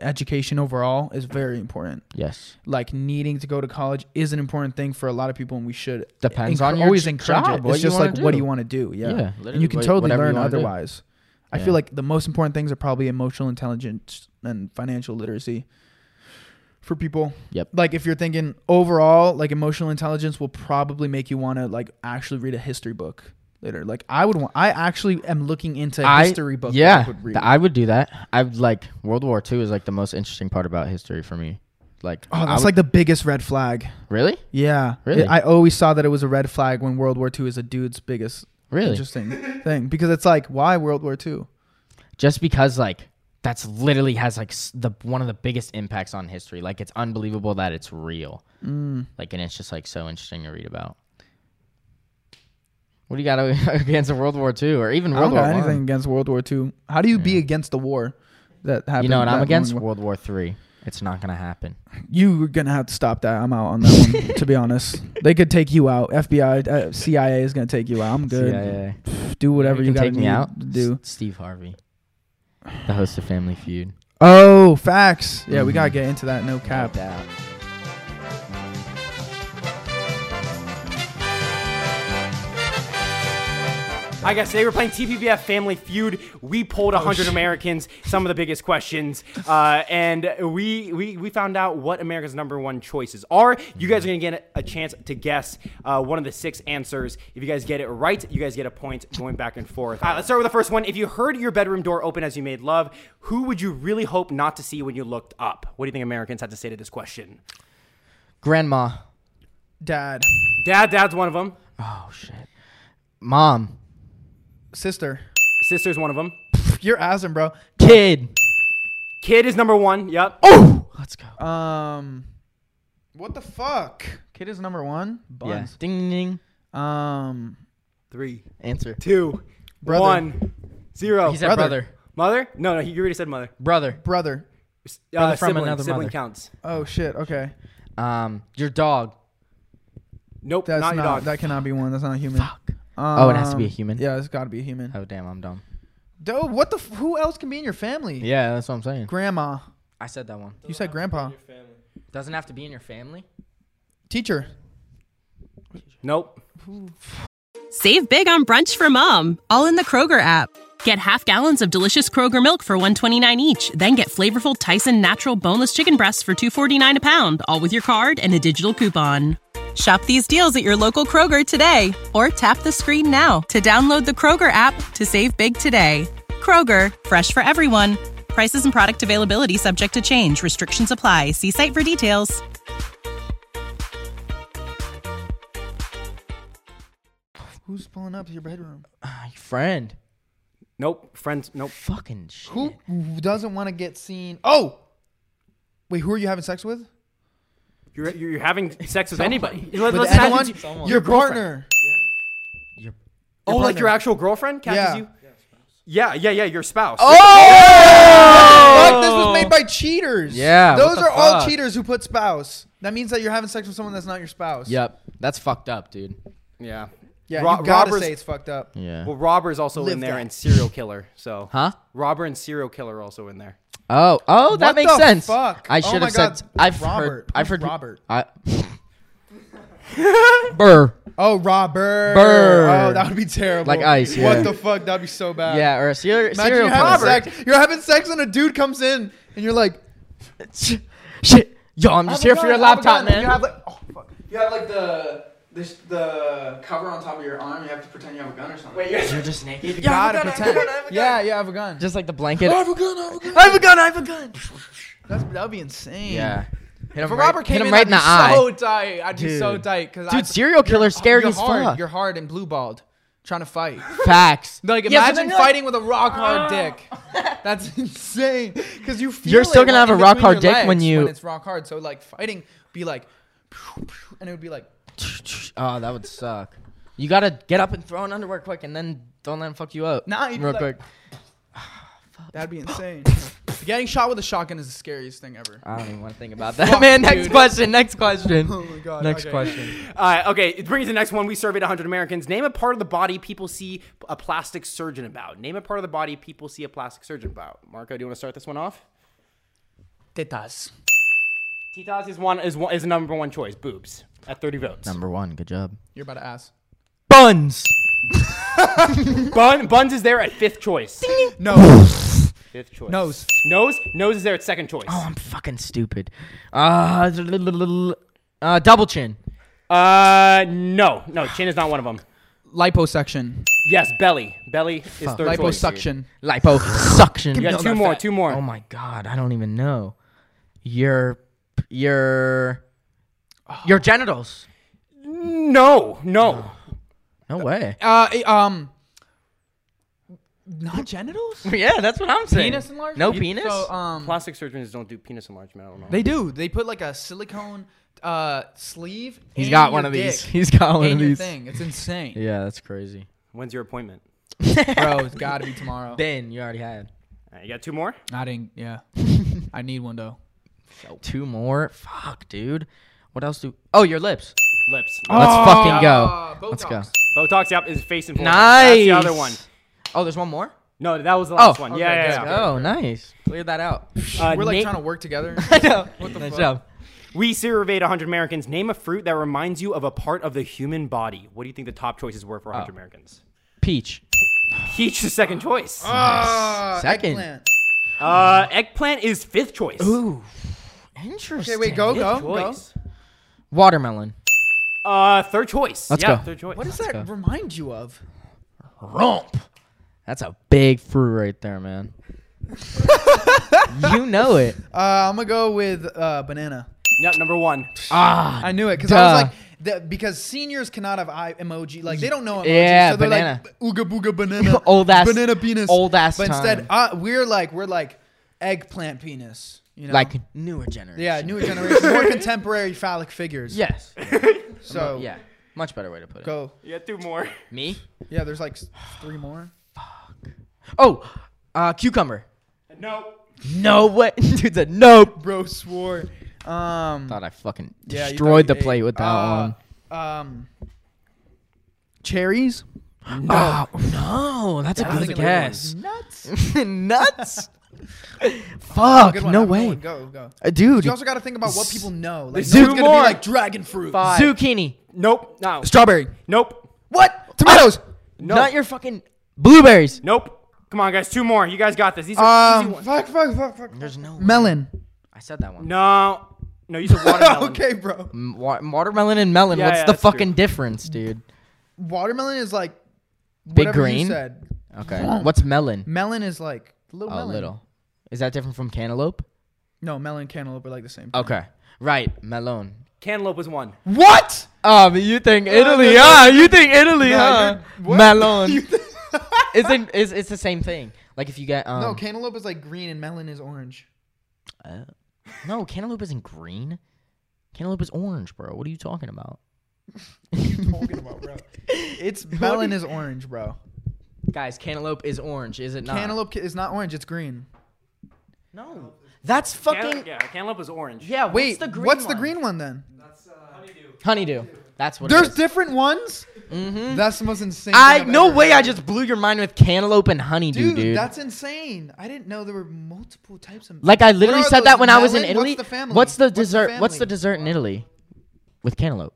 Speaker 3: education overall is very important.
Speaker 1: yes.
Speaker 3: Like needing to go to college is an important thing for a lot of people and we should
Speaker 1: Depends
Speaker 3: encour-
Speaker 1: on your
Speaker 3: always
Speaker 1: j-
Speaker 3: encourage
Speaker 1: job,
Speaker 3: it.
Speaker 1: what
Speaker 3: It's
Speaker 1: you
Speaker 3: just
Speaker 1: wanna
Speaker 3: like what do
Speaker 1: do.
Speaker 3: you want to do? Yeah.
Speaker 1: Yeah,
Speaker 3: and
Speaker 1: literally
Speaker 3: you can
Speaker 1: what-
Speaker 3: totally
Speaker 1: whatever you
Speaker 3: learn
Speaker 1: wanna do.
Speaker 3: otherwise. I
Speaker 1: Yeah.
Speaker 3: feel like the most important things are probably emotional intelligence and financial literacy for people.
Speaker 1: Yep.
Speaker 3: Like if you're thinking overall, like emotional intelligence will probably make you want to like actually read a history book later. Like I would want. I actually am looking into a history book. that
Speaker 1: Yeah,
Speaker 3: I would read.
Speaker 1: th- I would do that. I would like World War II is like the most interesting part about history for me. Like,
Speaker 3: oh,
Speaker 1: I
Speaker 3: that's
Speaker 1: would-
Speaker 3: like the biggest red flag.
Speaker 1: really,
Speaker 3: Yeah.
Speaker 1: Really?
Speaker 3: I always saw that it was a red flag when World War II is a dude's biggest
Speaker 1: really, just,
Speaker 3: interesting thing because it's like why World War II?
Speaker 1: because like that's literally has like s- the one of the biggest impacts on history. Like, it's unbelievable that it's real.
Speaker 3: Mm.
Speaker 1: Like, and it's just like so interesting to read about. What do you got against World War II or even
Speaker 3: I don't
Speaker 1: World War
Speaker 3: got anything
Speaker 1: One?
Speaker 3: against World War II. How do you be against the war that happened?
Speaker 1: You know what
Speaker 3: that
Speaker 1: I'm
Speaker 3: long
Speaker 1: against?
Speaker 3: ago?
Speaker 1: World War Three. It's not gonna happen.
Speaker 3: You are gonna have to stop that. I'm out on that one. To be honest, they could take you out. FBI, uh, CIA is gonna take you out. I'm good.
Speaker 1: CIA.
Speaker 3: Do whatever you,
Speaker 1: can
Speaker 3: gotta
Speaker 1: take me
Speaker 3: need
Speaker 1: out.
Speaker 3: to do.
Speaker 1: S- Steve Harvey, the host of Family Feud.
Speaker 3: Oh, facts. Yeah, we gotta get into that. No cap.
Speaker 1: out.
Speaker 6: I guess today we're playing TPBF Family Feud. We polled 100 Americans, some of the biggest questions, uh, and we, we we found out what America's number one choices are. You guys are gonna get a chance to guess uh, one of the six answers. If you guys get it right, you guys get a point going back and forth. All right, let's start with the first one. If you heard your bedroom door open as you made love, who would you really hope not to see when you looked up? What do you think Americans had to say to this question?
Speaker 1: Grandma.
Speaker 3: Dad,
Speaker 6: Dad, dad's one of them.
Speaker 1: Oh shit. Mom.
Speaker 3: sister,
Speaker 6: Sister's one of them.
Speaker 3: you're awesome, bro.
Speaker 1: Kid.
Speaker 6: Kid is number one. Yep.
Speaker 1: Oh, let's go.
Speaker 3: Um, what the fuck? Kid is number one.
Speaker 1: yeah.
Speaker 3: Buns.
Speaker 1: uh, Ding ding. ding.
Speaker 3: Um,
Speaker 6: Three,
Speaker 1: Answer.
Speaker 6: two,
Speaker 3: Brother.
Speaker 6: one, zero.
Speaker 1: He said brother.
Speaker 3: brother.
Speaker 6: Mother? No, no, he- you already said mother.
Speaker 1: Brother.
Speaker 3: brother.
Speaker 6: S-
Speaker 1: Brother
Speaker 6: Uh,
Speaker 1: from
Speaker 6: sibling,
Speaker 1: another
Speaker 6: sibling
Speaker 1: mother.
Speaker 6: counts.
Speaker 3: Oh shit. Okay,
Speaker 1: Um, your dog.
Speaker 6: Nope,
Speaker 3: that's
Speaker 6: not
Speaker 3: not,
Speaker 6: your dog.
Speaker 3: that cannot be one. That's not a human.
Speaker 1: Oh, it has to be a
Speaker 3: Um,
Speaker 1: human?
Speaker 3: Yeah, it's got to be a human.
Speaker 1: Oh damn, I'm dumb.
Speaker 3: Dude, what the? F- who else can be in your family?
Speaker 1: Yeah, that's what I'm saying.
Speaker 3: Grandma.
Speaker 1: I said that one.
Speaker 3: You said grandpa.
Speaker 1: Doesn't have to be in your family.
Speaker 3: Teacher.
Speaker 6: Nope.
Speaker 7: Save big on brunch for mom, all in the Kroger app. Get half gallons of delicious Kroger milk for 129 each, then get flavorful Tyson natural boneless chicken breasts for 249 a pound, all with your card and a digital coupon. Shop these deals at your local Kroger today or tap the screen now to download the Kroger app to save big today. Kroger, fresh for everyone. Prices and product availability subject to change. Restrictions apply. See site for details.
Speaker 3: Who's pulling up to your bedroom?
Speaker 1: My Ah, friend.
Speaker 6: Nope. Friends. Nope.
Speaker 1: Fucking shit.
Speaker 3: Who doesn't want to get seen? Oh. Wait, who are you having sex with?
Speaker 6: You're, you're you're having sex with anybody. Let,
Speaker 3: With
Speaker 6: let's have
Speaker 3: anyone?
Speaker 6: you-
Speaker 3: Your
Speaker 6: girlfriend.
Speaker 3: partner.
Speaker 1: Your
Speaker 6: Oh, like
Speaker 3: partner.
Speaker 6: your actual girlfriend catches
Speaker 3: Yeah. Oh!
Speaker 6: you? Yeah, yeah, yeah, your spouse.
Speaker 3: Fuck, this was made by cheaters.
Speaker 1: Yeah, what
Speaker 3: Those
Speaker 1: the
Speaker 3: are all
Speaker 1: fuck?
Speaker 3: cheaters who put spouse. That means that you're having sex with someone that's not your spouse.
Speaker 1: Yep. That's fucked up, dude.
Speaker 6: Yeah.
Speaker 3: Yeah,
Speaker 6: Ro-
Speaker 3: you gotta
Speaker 6: robbers-
Speaker 3: say it's fucked up.
Speaker 1: Yeah.
Speaker 6: Well, robber's also
Speaker 3: Live
Speaker 6: in there
Speaker 3: that.
Speaker 6: and serial killer. So.
Speaker 1: Huh?
Speaker 6: Robber and serial killer also in there.
Speaker 1: Oh, oh, that
Speaker 3: What
Speaker 1: makes
Speaker 3: the
Speaker 1: sense.
Speaker 3: fuck?
Speaker 1: I
Speaker 3: Oh
Speaker 1: should
Speaker 3: my
Speaker 1: have
Speaker 3: God,
Speaker 1: said. I've heard.
Speaker 3: Robert.
Speaker 1: I've
Speaker 3: Who's
Speaker 1: heard
Speaker 3: Robert?
Speaker 1: I, Burr.
Speaker 3: Oh, Robert.
Speaker 1: Burr.
Speaker 3: Oh, that would be terrible.
Speaker 1: Like ice, yeah.
Speaker 3: What the fuck? That'd be so bad.
Speaker 1: Yeah, or a serial,
Speaker 3: Imagine
Speaker 1: serial
Speaker 3: you're having,
Speaker 1: killer.
Speaker 3: sex, you're having sex and a dude comes in and you're like,
Speaker 1: Shit. Shit. Yo, I'm just here for your laptop, man.
Speaker 3: like, oh fuck. You have like the this the cover on top of your arm. You have to pretend you have a gun or something. Wait, you're
Speaker 1: You're just naked.
Speaker 3: gotta pretend. yeah, yeah, I have a gun.
Speaker 1: Just like the blanket.
Speaker 3: have a gun. I have a gun.
Speaker 1: I have a gun. I have a gun.
Speaker 3: That's, that'd be insane.
Speaker 1: Yeah. Hit him
Speaker 3: If a
Speaker 1: right,
Speaker 3: robber came
Speaker 1: hit him
Speaker 3: in,
Speaker 1: right
Speaker 3: I'd
Speaker 1: in
Speaker 3: be
Speaker 1: the eye.
Speaker 3: so tight. I'd be so
Speaker 1: Dude.
Speaker 3: tight. Cause
Speaker 1: Dude,
Speaker 3: I'd,
Speaker 1: serial killer scary
Speaker 3: you're
Speaker 1: as
Speaker 3: hard.
Speaker 1: fuck.
Speaker 3: You're hard and blue balled, trying to fight.
Speaker 1: Facts.
Speaker 3: Like
Speaker 1: Yeah, but then
Speaker 3: imagine
Speaker 1: you're "Ah."
Speaker 3: fighting with a rock hard dick. That's insane. Cause you feel
Speaker 1: You're still
Speaker 3: it,
Speaker 1: gonna
Speaker 3: like,
Speaker 1: have
Speaker 3: in
Speaker 1: a rock
Speaker 3: between
Speaker 1: hard
Speaker 3: your
Speaker 1: dick when
Speaker 3: legs
Speaker 1: you-
Speaker 3: it's rock hard. So like fighting, be like, and it would be like.
Speaker 1: Oh, that would suck. You gotta get up and throw an underwear quick, and then don't let him fuck you up.
Speaker 3: Nah, you'd be
Speaker 1: real
Speaker 3: like-
Speaker 1: quick.
Speaker 3: That'd be insane. Getting shot with a shotgun is the scariest thing ever.
Speaker 1: I don't even want to think about that,
Speaker 3: Fuck,
Speaker 1: man. Next
Speaker 3: dude.
Speaker 1: question. Next question.
Speaker 3: Oh my God,
Speaker 1: Next
Speaker 3: okay.
Speaker 1: question.
Speaker 6: All right, Uh, okay. It brings the next one. We surveyed 100 Americans. Name a part of the body people see a plastic surgeon about. Name a part of the body people see a plastic surgeon about. Marco, do you want to start this one off?
Speaker 3: Tetas.
Speaker 6: Titas is one is one is the number one choice. Boobs at 30 votes.
Speaker 1: Number one. Good job.
Speaker 3: You're about to ask.
Speaker 1: Buns.
Speaker 6: Bun, buns is there at fifth choice.
Speaker 3: Nose.
Speaker 6: Fifth choice.
Speaker 3: Nose.
Speaker 6: Nose. Nose is there at second choice.
Speaker 1: Oh, I'm fucking stupid. Uh, uh double chin.
Speaker 6: Uh, no, no. Chin is not one of them.
Speaker 3: Liposuction.
Speaker 6: Yes, belly. Belly is third choice.
Speaker 3: Liposuction.
Speaker 1: Liposuction.
Speaker 6: You got two more. Two more.
Speaker 1: Oh my god, I don't even know. Your your
Speaker 3: Oh.
Speaker 1: your genitals.
Speaker 6: No, no.
Speaker 1: No way.
Speaker 3: Uh, eh, um. Not genitals.
Speaker 1: Yeah, that's what I'm saying.
Speaker 3: Penis enlargement.
Speaker 1: No penis.
Speaker 3: So um,
Speaker 6: Plastic surgeons don't do penis enlargement. I don't know.
Speaker 3: they do. They put like a silicone uh sleeve.
Speaker 1: He's
Speaker 3: in
Speaker 1: got one
Speaker 3: your
Speaker 1: of these.
Speaker 3: dick
Speaker 1: He's got one
Speaker 3: in
Speaker 1: of
Speaker 3: your
Speaker 1: these.
Speaker 3: Thing. It's insane,
Speaker 1: Yeah, that's crazy.
Speaker 6: When's your appointment?
Speaker 3: bro. It's got to be tomorrow.
Speaker 1: Ben, you already had.
Speaker 6: All right, you got two more.
Speaker 3: I didn't. Yeah. I need one though.
Speaker 1: Two more. Fuck, dude. What else do? Oh, your lips.
Speaker 6: Lips.
Speaker 1: Let's
Speaker 3: Oh.
Speaker 1: fucking
Speaker 3: Uh, Ah.
Speaker 1: go. Oh, Let's go.
Speaker 6: Botox. Yep. Is face and forehead.
Speaker 1: Nice.
Speaker 6: That's the other one.
Speaker 1: Oh, there's one more.
Speaker 6: No, that was the last one. Oh. yeah, yeah,
Speaker 1: Let's
Speaker 6: yeah.
Speaker 1: go. Nice. Clear that out.
Speaker 6: Uh,
Speaker 5: We're like
Speaker 6: na-
Speaker 5: trying to work together.
Speaker 1: I know. nice job.
Speaker 6: We surveyed 100 Americans. Name a fruit that reminds you of a part of the human body. What do you think the top choices were for
Speaker 1: Oh.
Speaker 6: 100 Americans?
Speaker 1: Peach.
Speaker 6: Peach the second choice.
Speaker 3: Uh.
Speaker 1: Nice. Second.
Speaker 3: Eggplant.
Speaker 6: Uh, eggplant is fifth choice.
Speaker 1: Ooh. Interesting.
Speaker 3: Okay, wait, go,
Speaker 6: Fifth
Speaker 3: go, go.
Speaker 6: choice.
Speaker 1: Watermelon.
Speaker 6: Uh, third choice.
Speaker 1: Let's
Speaker 6: yeah,
Speaker 1: go.
Speaker 6: Third choice.
Speaker 3: What does
Speaker 1: Let's
Speaker 3: that
Speaker 1: go.
Speaker 3: remind you of?
Speaker 1: Rump. That's a big fruit right there, man. you know it.
Speaker 3: Uh, I'm gonna go with uh, banana.
Speaker 6: Yep, number one.
Speaker 1: Ah,
Speaker 3: I knew it because I was
Speaker 1: Duh.
Speaker 3: like, the, because seniors cannot have eye emoji, like they don't know emoji,
Speaker 1: Yeah,
Speaker 3: so they're
Speaker 1: banana.
Speaker 3: like ooga booga banana,
Speaker 1: Old ass-
Speaker 3: banana penis,
Speaker 1: old ass
Speaker 3: But instead,
Speaker 1: time.
Speaker 3: uh, we're like we're like eggplant penis, you know,
Speaker 1: like newer generation.
Speaker 3: yeah, newer generation, more contemporary phallic figures.
Speaker 1: Yes.
Speaker 3: so
Speaker 1: Yeah. Much better way to put it.
Speaker 3: go.
Speaker 6: Yeah, two more.
Speaker 1: Me?
Speaker 3: Yeah, there's like s- three more.
Speaker 1: Oh, uh, cucumber.
Speaker 6: No.
Speaker 1: No way, dude. The nope.
Speaker 3: Bro swore. Um,
Speaker 1: Thought I fucking
Speaker 3: yeah, you
Speaker 1: destroyed
Speaker 3: thought
Speaker 1: the
Speaker 3: you
Speaker 1: plate
Speaker 3: ate-
Speaker 1: with that
Speaker 3: uh, Um, cherries.
Speaker 1: one. No, no, that's a good guess.
Speaker 3: Nuts.
Speaker 1: Nuts. Fuck.
Speaker 3: Good one.
Speaker 1: no
Speaker 3: have a good
Speaker 1: way,
Speaker 3: one. Go go.
Speaker 1: Uh, dude.
Speaker 3: You also got to think about what people know. Like,
Speaker 6: There's
Speaker 3: no one's
Speaker 6: two
Speaker 3: gonna
Speaker 6: more.
Speaker 3: be like dragon fruit.
Speaker 1: Zucchini.
Speaker 6: Nope. No.
Speaker 3: Strawberry.
Speaker 6: Nope.
Speaker 1: What?
Speaker 3: Tomatoes.
Speaker 1: Not your fucking blueberries.
Speaker 6: Nope. Come on, guys. Two more. You guys got this. These
Speaker 1: Uh. Ah!
Speaker 6: are easy
Speaker 3: Um,
Speaker 6: ones.
Speaker 3: fuck, fuck, fuck, fuck.
Speaker 1: There's no. way.
Speaker 3: Melon.
Speaker 1: I said that one.
Speaker 6: No. No, you said watermelon.
Speaker 3: okay, bro.
Speaker 1: M- wa- watermelon and melon.
Speaker 6: Yeah,
Speaker 1: What's
Speaker 6: yeah,
Speaker 1: the
Speaker 6: that's true.
Speaker 1: fucking difference, dude?
Speaker 3: Watermelon is like
Speaker 1: Big
Speaker 3: whatever
Speaker 1: green.
Speaker 3: You said.
Speaker 1: Okay. What's melon?
Speaker 3: Melon is like little
Speaker 1: A
Speaker 3: melon.
Speaker 1: little. Is that different from cantaloupe?
Speaker 3: No, melon and cantaloupe are like the same.
Speaker 1: Okay. Right. Melon.
Speaker 6: Cantaloupe was one.
Speaker 1: What? Um, you think Italy?
Speaker 3: no, no,
Speaker 1: Ah, you think Italy?
Speaker 3: No,
Speaker 1: huh?
Speaker 3: you're- what?
Speaker 1: Melon. Isn't is it's the same thing? Like if you get um,
Speaker 3: No, cantaloupe is like green and melon is orange.
Speaker 1: no, cantaloupe isn't green. Cantaloupe is orange, bro. What are you talking about?
Speaker 3: Talking about, bro. It's melon is orange, bro.
Speaker 1: Guys, cantaloupe is orange. Is it not?
Speaker 3: Cantaloupe ca- is not orange. It's green.
Speaker 1: No, that's
Speaker 6: Cantaloupe,
Speaker 1: fucking
Speaker 6: yeah, cantaloupe was orange.
Speaker 1: yeah. What's
Speaker 3: Wait,
Speaker 1: the green
Speaker 3: what's the
Speaker 1: one?
Speaker 3: green one then?
Speaker 1: Honeydew. That's what.
Speaker 3: There's
Speaker 1: it is.
Speaker 3: different ones. Mm-hmm. That's the most insane.
Speaker 1: I
Speaker 3: thing I've
Speaker 1: no
Speaker 3: ever
Speaker 1: way. I
Speaker 3: heard.
Speaker 1: just blew your mind with cantaloupe and honeydew,
Speaker 3: Dude,
Speaker 1: dude.
Speaker 3: that's insane. I didn't know there were multiple types of.
Speaker 1: like I literally
Speaker 3: What are
Speaker 1: said that
Speaker 3: those?
Speaker 1: when I was in
Speaker 3: Melon? What's
Speaker 1: Italy.
Speaker 3: the family?
Speaker 1: What's the
Speaker 3: What's the
Speaker 1: dessert? What's the
Speaker 3: family?
Speaker 1: dessert in Italy with cantaloupe?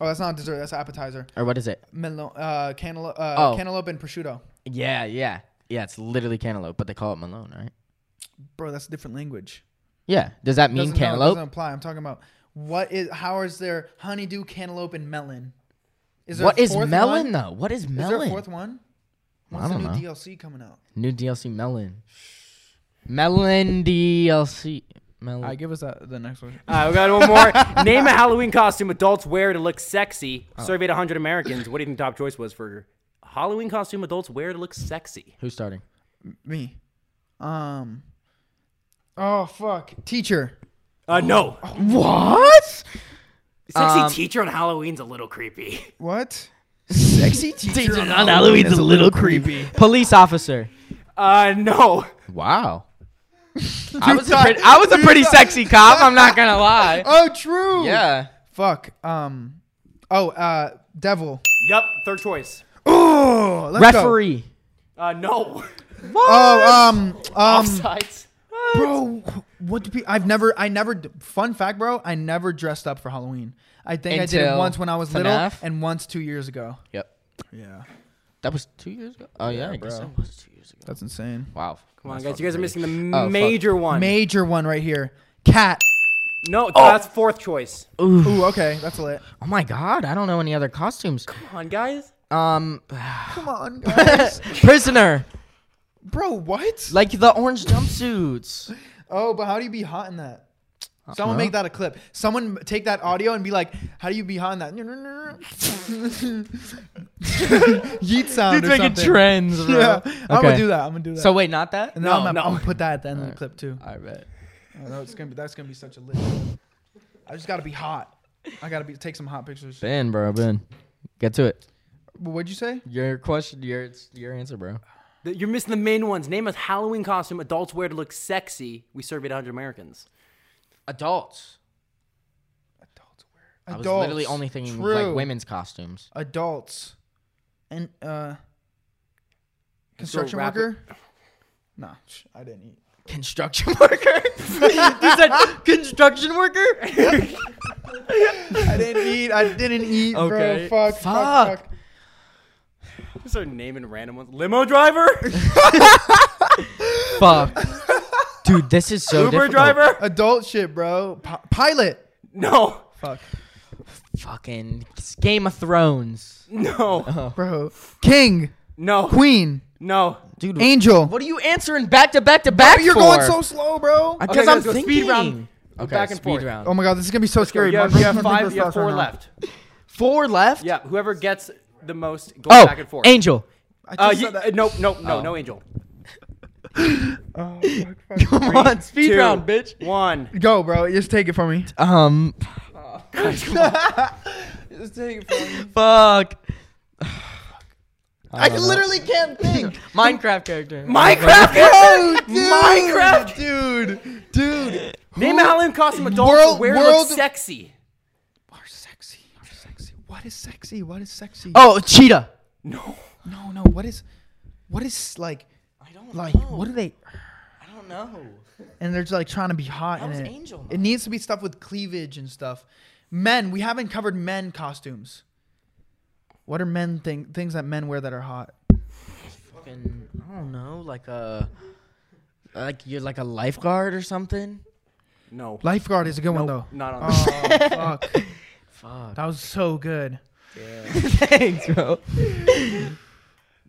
Speaker 3: oh, that's not a dessert. That's an appetizer.
Speaker 1: Or what is it?
Speaker 3: Melon, uh, cantaloupe, uh,
Speaker 1: Oh.
Speaker 3: cantaloupe and prosciutto.
Speaker 1: Yeah, yeah. Yeah, it's literally cantaloupe, but they call it Malone, right?
Speaker 3: Bro, that's a different language.
Speaker 1: Yeah. Does that mean
Speaker 3: Doesn't, no, it
Speaker 1: cantaloupe?
Speaker 3: doesn't apply. I'm talking about what is. How is there honeydew, cantaloupe, and melon? Is
Speaker 1: what
Speaker 3: a
Speaker 1: is
Speaker 3: fourth
Speaker 1: melon
Speaker 3: one?
Speaker 1: though? What is
Speaker 3: Is
Speaker 1: melon?
Speaker 3: there a fourth one? What's
Speaker 1: don't
Speaker 3: the
Speaker 1: know.
Speaker 3: new DLC coming out?
Speaker 1: New DLC melon. Melon DLC. Melon.
Speaker 3: I give us that, the next one.
Speaker 6: Uh, we got one more. Name a Halloween costume adults wear to look sexy. Surveyed 100 Americans. What do you think the top choice was for Halloween costume adults wear to look sexy?
Speaker 1: Who's starting?
Speaker 3: Me. Um. Oh fuck, teacher.
Speaker 6: Uh, no.
Speaker 1: What?
Speaker 6: Sexy teacher on Halloween's a little creepy.
Speaker 3: What?
Speaker 1: Sexy teacher on Halloween's a little creepy. Police officer.
Speaker 6: Uh, no.
Speaker 1: Wow. I was a pretty, I was a pretty sexy cop. I'm not gonna lie.
Speaker 3: Oh, true.
Speaker 1: Yeah.
Speaker 3: Fuck. Um. Oh, uh, devil.
Speaker 6: Yup, third choice.
Speaker 3: Oh, let's go.
Speaker 1: Referee.
Speaker 6: Uh, no.
Speaker 3: Oh, um, um,
Speaker 6: Offsides.
Speaker 3: bro, what do people? I've never, I never. d- Fun fact, bro, I never dressed up for Halloween. I think I did it
Speaker 1: Until
Speaker 3: once when I was
Speaker 1: FNAF?
Speaker 3: little, and once two years ago.
Speaker 1: Yep.
Speaker 3: Yeah,
Speaker 1: That was two years ago. Oh yeah, I guess that was two years ago.
Speaker 3: that's insane.
Speaker 1: Wow.
Speaker 6: Come on, guys. You guys are missing the
Speaker 1: Oh, fuck.
Speaker 6: major one.
Speaker 3: Major one right here. Cat.
Speaker 6: no, that's fourth choice. Come
Speaker 3: Ooh, okay, that's lit.
Speaker 1: Oh my god, I don't know any other costumes.
Speaker 6: on, guys.
Speaker 1: Um,
Speaker 3: Come on, guys.
Speaker 1: prisoner,
Speaker 3: bro, what?
Speaker 1: like the orange jumpsuits.
Speaker 3: Oh, but how do you be hot in that?
Speaker 1: Uh,
Speaker 3: Someone make that a clip. Someone take that audio and be like, "How do you be hot in that?" Yeet sound or something.
Speaker 1: trends,
Speaker 3: Yeah, I'm gonna do that. I'm gonna do that.
Speaker 1: So wait, not that.
Speaker 3: And then I'm,
Speaker 6: No,
Speaker 3: gonna,
Speaker 6: no.
Speaker 3: I'm gonna put that at the end of the clip too.
Speaker 1: I bet.
Speaker 3: I know it's gonna be that's gonna be such a lit. I just gotta be hot. I gotta be take some hot pictures.
Speaker 1: Ben, bro, Ben, get to it.
Speaker 3: What'd you say?
Speaker 1: Your question, your it's your answer, bro.
Speaker 6: You're missing the main ones. Name a Halloween costume adults wear to look sexy. We surveyed 100 Americans.
Speaker 1: adults.
Speaker 3: Adults wear.
Speaker 1: I was literally only thinking
Speaker 3: True.
Speaker 1: like women's costumes.
Speaker 3: Adults. And uh construction
Speaker 6: wrap it-
Speaker 3: worker? Nah, sh- I didn't eat.
Speaker 1: Construction worker. you said construction worker.
Speaker 3: I didn't eat. I didn't eat,
Speaker 1: Okay.
Speaker 3: bro. Fuck. Fuck.
Speaker 1: Fuck.
Speaker 3: fuck.
Speaker 6: Start naming random ones. Limo driver,
Speaker 1: Fuck. Dude, this is so
Speaker 6: Uber
Speaker 1: difficult.
Speaker 6: driver.
Speaker 3: Adult shit, bro. Pi- pilot.
Speaker 6: No,
Speaker 3: Fuck.
Speaker 1: Fucking Game of Thrones.
Speaker 6: no,
Speaker 3: Bro. King.
Speaker 6: no,
Speaker 3: Queen.
Speaker 6: no.
Speaker 1: Dude,
Speaker 3: Angel.
Speaker 1: what are you answering back to back to back?
Speaker 3: You're
Speaker 1: for?
Speaker 3: going so slow, bro.
Speaker 1: Because
Speaker 6: Okay,
Speaker 1: I'm
Speaker 6: guys, go
Speaker 1: thinking.
Speaker 6: speed round. Go
Speaker 1: Okay,
Speaker 6: back and
Speaker 1: speed
Speaker 6: forth.
Speaker 1: round.
Speaker 3: Oh my god, this is gonna be so
Speaker 6: You
Speaker 3: scary.
Speaker 6: have,
Speaker 3: My-
Speaker 6: you have
Speaker 3: my
Speaker 6: five.
Speaker 3: brain's
Speaker 6: You have
Speaker 3: fucked
Speaker 6: four
Speaker 3: right now.
Speaker 6: left.
Speaker 1: Four left.
Speaker 6: Yeah, whoever gets the most goes
Speaker 1: Oh,
Speaker 6: back and forth.
Speaker 1: Angel.
Speaker 6: Uh,
Speaker 3: I just
Speaker 6: you,
Speaker 3: said that.
Speaker 6: uh, no, no, no,
Speaker 1: Oh.
Speaker 6: no, Angel.
Speaker 1: Come on, speed
Speaker 6: Two,
Speaker 1: round, bitch.
Speaker 6: One.
Speaker 3: Go, bro. Just take it from me.
Speaker 6: Uh,
Speaker 1: Um,
Speaker 3: Just take it from me.
Speaker 1: fuck.
Speaker 3: I, literally can't think.
Speaker 1: Minecraft character.
Speaker 6: Minecraft.
Speaker 3: oh, dude,
Speaker 6: Minecraft.
Speaker 3: dude, dude.
Speaker 6: Name a Halloween costume adult
Speaker 3: World-
Speaker 6: where it
Speaker 3: world-
Speaker 6: looks sexy.
Speaker 3: Are sexy? Are sexy? What is sexy? What is sexy?
Speaker 1: Oh, cheetah.
Speaker 6: No.
Speaker 3: no, no. What is? What is like?
Speaker 1: I don't
Speaker 3: Like what are they?
Speaker 1: I don't know.
Speaker 3: And they're just like trying to be hot. in
Speaker 1: was
Speaker 3: it.
Speaker 1: Angel
Speaker 3: It needs to be stuff with cleavage and stuff. Men. We haven't covered men costumes. What are men thing things that men wear that are hot?
Speaker 1: Fucking, I don't know. Like a, like you're like a lifeguard or something.
Speaker 6: No.
Speaker 3: Lifeguard is a good one though.
Speaker 6: Not on.
Speaker 3: Oh fuck,
Speaker 1: Fuck.
Speaker 3: that was so good.
Speaker 1: Thanks, bro.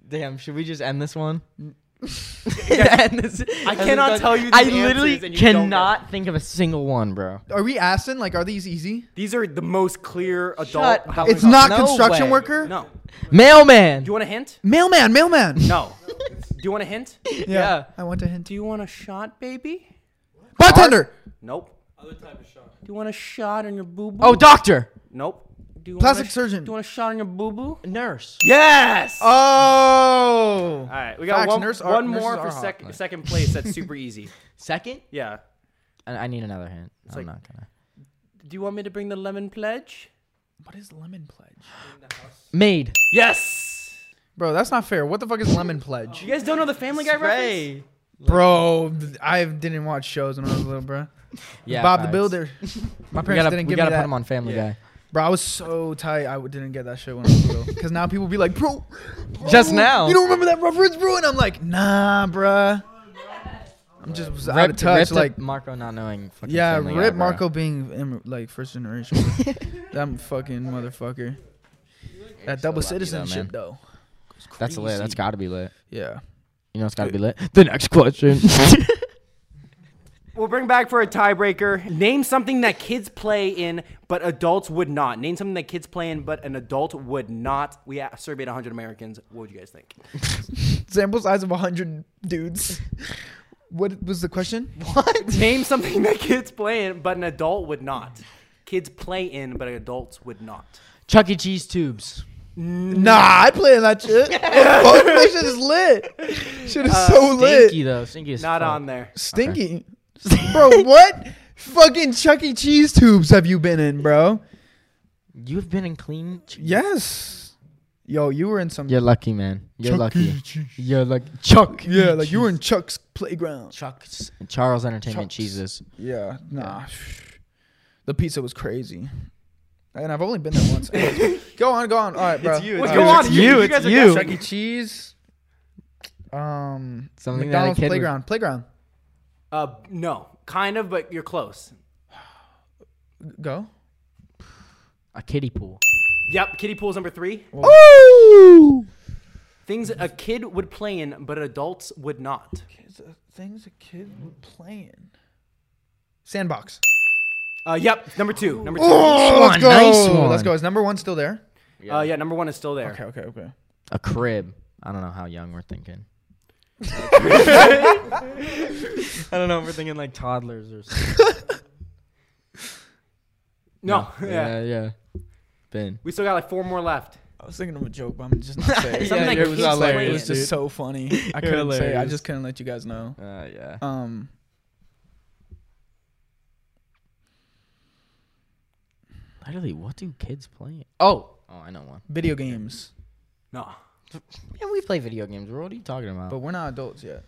Speaker 1: Damn, should we just end this one? End this-
Speaker 6: I
Speaker 1: end this
Speaker 6: cannot
Speaker 1: one?
Speaker 6: tell you
Speaker 1: I
Speaker 6: these answers
Speaker 1: literally
Speaker 6: and you don't
Speaker 1: cannot think of a single one, bro.
Speaker 3: Are we asking? Like, are these easy?
Speaker 6: These are the most clear adult.
Speaker 1: Shut
Speaker 6: Halloween
Speaker 3: It's not
Speaker 1: No
Speaker 3: construction
Speaker 1: way.
Speaker 3: worker.
Speaker 6: costume. No.
Speaker 1: Mailman.
Speaker 6: Do you want a hint?
Speaker 3: Mailman, mailman.
Speaker 6: No. Do you want a hint?
Speaker 3: Yeah.
Speaker 1: Yeah.
Speaker 3: I want to hint.
Speaker 6: Do you want a shot, baby?
Speaker 3: Bartender,
Speaker 6: Nope. Other type of shot. Do you want a shot on your boo boo?
Speaker 1: oh, doctor.
Speaker 6: Nope. Do you
Speaker 3: plastic
Speaker 6: want a,
Speaker 3: surgeon.
Speaker 6: Do you want a shot on your boo boo?
Speaker 1: Nurse.
Speaker 6: Yes. All
Speaker 3: oh.
Speaker 6: right, we got
Speaker 3: Facts,
Speaker 6: one,
Speaker 3: nurse are-
Speaker 6: one
Speaker 3: nurses
Speaker 6: more
Speaker 3: are
Speaker 6: for
Speaker 3: hot.
Speaker 6: second second place. That's super easy.
Speaker 1: Second?
Speaker 6: Yeah.
Speaker 1: I, I need another hint. I'm
Speaker 6: like-
Speaker 1: not gonna.
Speaker 6: Do you want me to bring the lemon pledge?
Speaker 3: What is lemon pledge?
Speaker 1: Maid.
Speaker 6: Yes.
Speaker 3: Bro, that's not fair. What the fuck is lemon pledge?
Speaker 6: You guys don't know the Family Guy reference?
Speaker 3: Bro, I didn't watch shows when I was little, bro.
Speaker 1: Yeah.
Speaker 3: Bob the
Speaker 1: facts.
Speaker 3: Builder. My
Speaker 1: We
Speaker 3: parents
Speaker 1: gotta,
Speaker 3: didn't
Speaker 1: we
Speaker 3: give me
Speaker 1: gotta
Speaker 3: that.
Speaker 1: put him on Family
Speaker 3: Bro, I was so tight. I w- didn't get that shit when I was little. Because now people be like, bro,
Speaker 1: Guy. Just now.
Speaker 3: you don't remember that reference, bro? And I'm like, nah, bruh. I'm just was out of
Speaker 1: Rip,
Speaker 3: touch.
Speaker 1: rip to
Speaker 3: Like,
Speaker 1: Marco not knowing. Fucking
Speaker 3: yeah,
Speaker 1: Family Guy,
Speaker 3: rip
Speaker 1: bro.
Speaker 3: Marco being im- like first generation. that fucking motherfucker. That double
Speaker 1: lucky though,
Speaker 3: citizenship
Speaker 1: man.
Speaker 3: though.
Speaker 1: That's lit. That's gotta be lit.
Speaker 3: Yeah.
Speaker 1: You know it's gotta be lit. The next question.
Speaker 6: We'll bring back for a tiebreaker. Name something that kids play in, but adults would not. Name something that kids play in, but an adult would not. We a- surveyed 100 Americans. What would you guys think?
Speaker 3: Sample size of 100 dudes. what was the question?
Speaker 6: Name something that kids play in, but an adult would not. Kids play in, but adults would not.
Speaker 1: Chuck E. Cheese tubes.
Speaker 3: Nah, I play in that shit. Fuck, that shit is lit. Shit is so lit.
Speaker 1: Stinky though. Stinky as
Speaker 6: Not
Speaker 1: fuck.
Speaker 6: on there.
Speaker 3: Stinky. bro, what fucking Chuck E. Cheese tubes have you been in, bro?
Speaker 1: You've been in clean. Ch-
Speaker 3: Yes. Yo, you were in some.
Speaker 1: You're lucky, man. You're
Speaker 3: Chuck E.
Speaker 1: lucky.
Speaker 3: Cheese.
Speaker 1: You're like Chuck. E.
Speaker 3: Yeah, like you were in Chuck's playground.
Speaker 1: Chuck's Charles Entertainment
Speaker 3: Chuck's.
Speaker 1: cheeses.
Speaker 3: Yeah, nah. The pizza was crazy. And I've only been there once. Anyways, go on, go on. All right, bro. It's
Speaker 6: What's going on?
Speaker 1: It's you, it's
Speaker 6: guys are
Speaker 1: you.
Speaker 3: Chuck
Speaker 6: guessing.
Speaker 3: E. Cheese. Um,
Speaker 1: Something that a
Speaker 3: McDonald's
Speaker 1: kid would-
Speaker 3: playground. Playground.
Speaker 6: Uh, no, kind of, but you're close.
Speaker 3: Go.
Speaker 1: A kiddie pool.
Speaker 6: Yep, kiddie pool's number three.
Speaker 1: Ooh.
Speaker 6: Things a kid would play in, but adults would not.
Speaker 3: Kids, uh, things a kid would play in. Sandbox.
Speaker 6: Uh, yep, number two. Number two.
Speaker 1: let's go. Oh, nice one.
Speaker 3: Let's go. Is number one still there?
Speaker 6: Uh, yeah, number one is still there.
Speaker 3: Okay, okay, okay.
Speaker 1: A crib. I don't know how young we're thinking. I don't know. We're thinking like toddlers or something.
Speaker 6: No,
Speaker 1: yeah,
Speaker 6: yeah.
Speaker 1: yeah. Ben.
Speaker 6: We still got like four more left.
Speaker 3: I was thinking of a joke, but I'm just not saying.
Speaker 6: Something
Speaker 1: Yeah,
Speaker 6: like
Speaker 1: it was
Speaker 6: kids play
Speaker 1: hilarious,
Speaker 6: in.
Speaker 3: It was just so funny. I
Speaker 1: You're
Speaker 3: couldn't
Speaker 1: hilarious.
Speaker 3: say. I
Speaker 1: Um,
Speaker 3: Um, just couldn't let you guys know.
Speaker 1: Uh, yeah.
Speaker 3: Um,
Speaker 1: Literally, what do kids play? Oh, oh, I know one.
Speaker 3: Video games,
Speaker 6: No.
Speaker 1: Yeah, we play video games. Bro. What are you talking about?
Speaker 3: but
Speaker 1: But,
Speaker 3: we're not adults yet.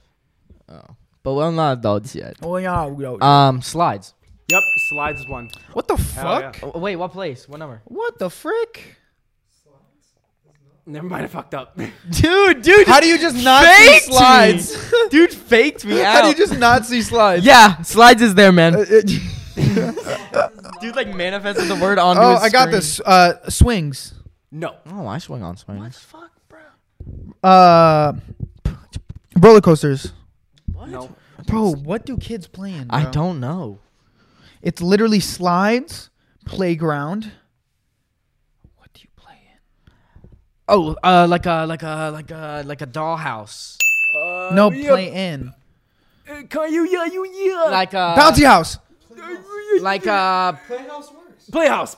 Speaker 1: oh. but we're not adults yet.
Speaker 3: Oh yeah, we don't-
Speaker 1: Um, slides.
Speaker 6: Yep, slides is one.
Speaker 3: what the
Speaker 6: Hell
Speaker 3: fuck?
Speaker 1: Oh, wait, what place? What number?
Speaker 3: What the frick?
Speaker 6: Never mind, I fucked up.
Speaker 1: Dude, dude.
Speaker 3: How do you just not see
Speaker 1: faked me.
Speaker 3: slides?
Speaker 1: Dude faked me
Speaker 3: How do you
Speaker 1: out.
Speaker 3: just Uh, not see slides?
Speaker 1: yeah, slides is there, man.
Speaker 3: It-
Speaker 1: Dude, like manifested the word onto.
Speaker 3: oh,
Speaker 1: his
Speaker 3: I got
Speaker 1: screen.
Speaker 3: this. Uh, swings.
Speaker 6: No.
Speaker 1: Oh, I swing on swings. What the fuck?
Speaker 3: Uh, roller coasters.
Speaker 6: No.
Speaker 3: Bro, what do kids play in?
Speaker 1: I
Speaker 3: bro?
Speaker 1: don't know.
Speaker 3: It's literally slides, playground.
Speaker 1: What do you play in? Oh, uh, like a like a like a like a dollhouse.
Speaker 3: no,
Speaker 6: yeah.
Speaker 3: play in.
Speaker 6: Uh, Can you, yeah, you, yeah.
Speaker 1: Like a
Speaker 3: Bouncy house.
Speaker 1: like uh, a
Speaker 6: Playhouse, Playhouse.
Speaker 1: Playhouse.
Speaker 3: Oh,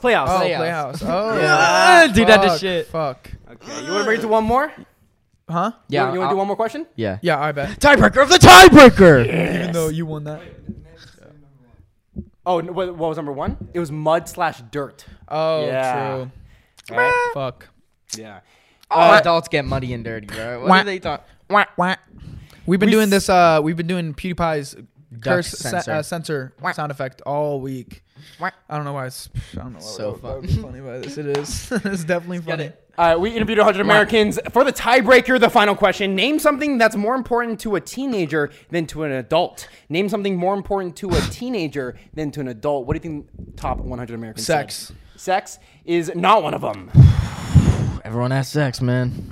Speaker 3: playhouse. Oh,
Speaker 1: do that to
Speaker 3: fuck,
Speaker 1: shit.
Speaker 3: Fuck.
Speaker 6: Okay, you want to bring it to one more?
Speaker 3: Huh?
Speaker 6: You,
Speaker 1: Yeah,
Speaker 6: you want to do one more question?
Speaker 1: Yeah.
Speaker 3: Yeah, I bet.
Speaker 1: Tiebreaker of the tiebreaker.
Speaker 3: Even though you won that.
Speaker 6: Oh, no, what, what was number one? It was mud slash dirt.
Speaker 3: Oh,
Speaker 6: Yeah.
Speaker 3: true.
Speaker 6: Right?
Speaker 3: Fuck.
Speaker 6: Yeah. Uh,
Speaker 1: All Oh, adults get muddy and dirty, bro. What
Speaker 3: Wah.
Speaker 1: are they talking?
Speaker 3: Wah, wah. We've been
Speaker 6: We
Speaker 3: doing
Speaker 6: s-
Speaker 3: this. Uh, we've been doing PewDiePie's curse se-
Speaker 1: sensor.
Speaker 3: uh, sensor sound effect all week. I don't know why it's. I don't know. Why
Speaker 1: So
Speaker 3: we're- why we're funny by this. It is. it's definitely funny.
Speaker 6: Uh, we interviewed 100 Americans for the tiebreaker. The final question: Name something that's more important to a teenager than to an adult. Name something more important to a teenager than to an adult. What do you think? Top 100 Americans. said?
Speaker 3: Sex.
Speaker 6: Sex is not one of them.
Speaker 1: Everyone has sex, man.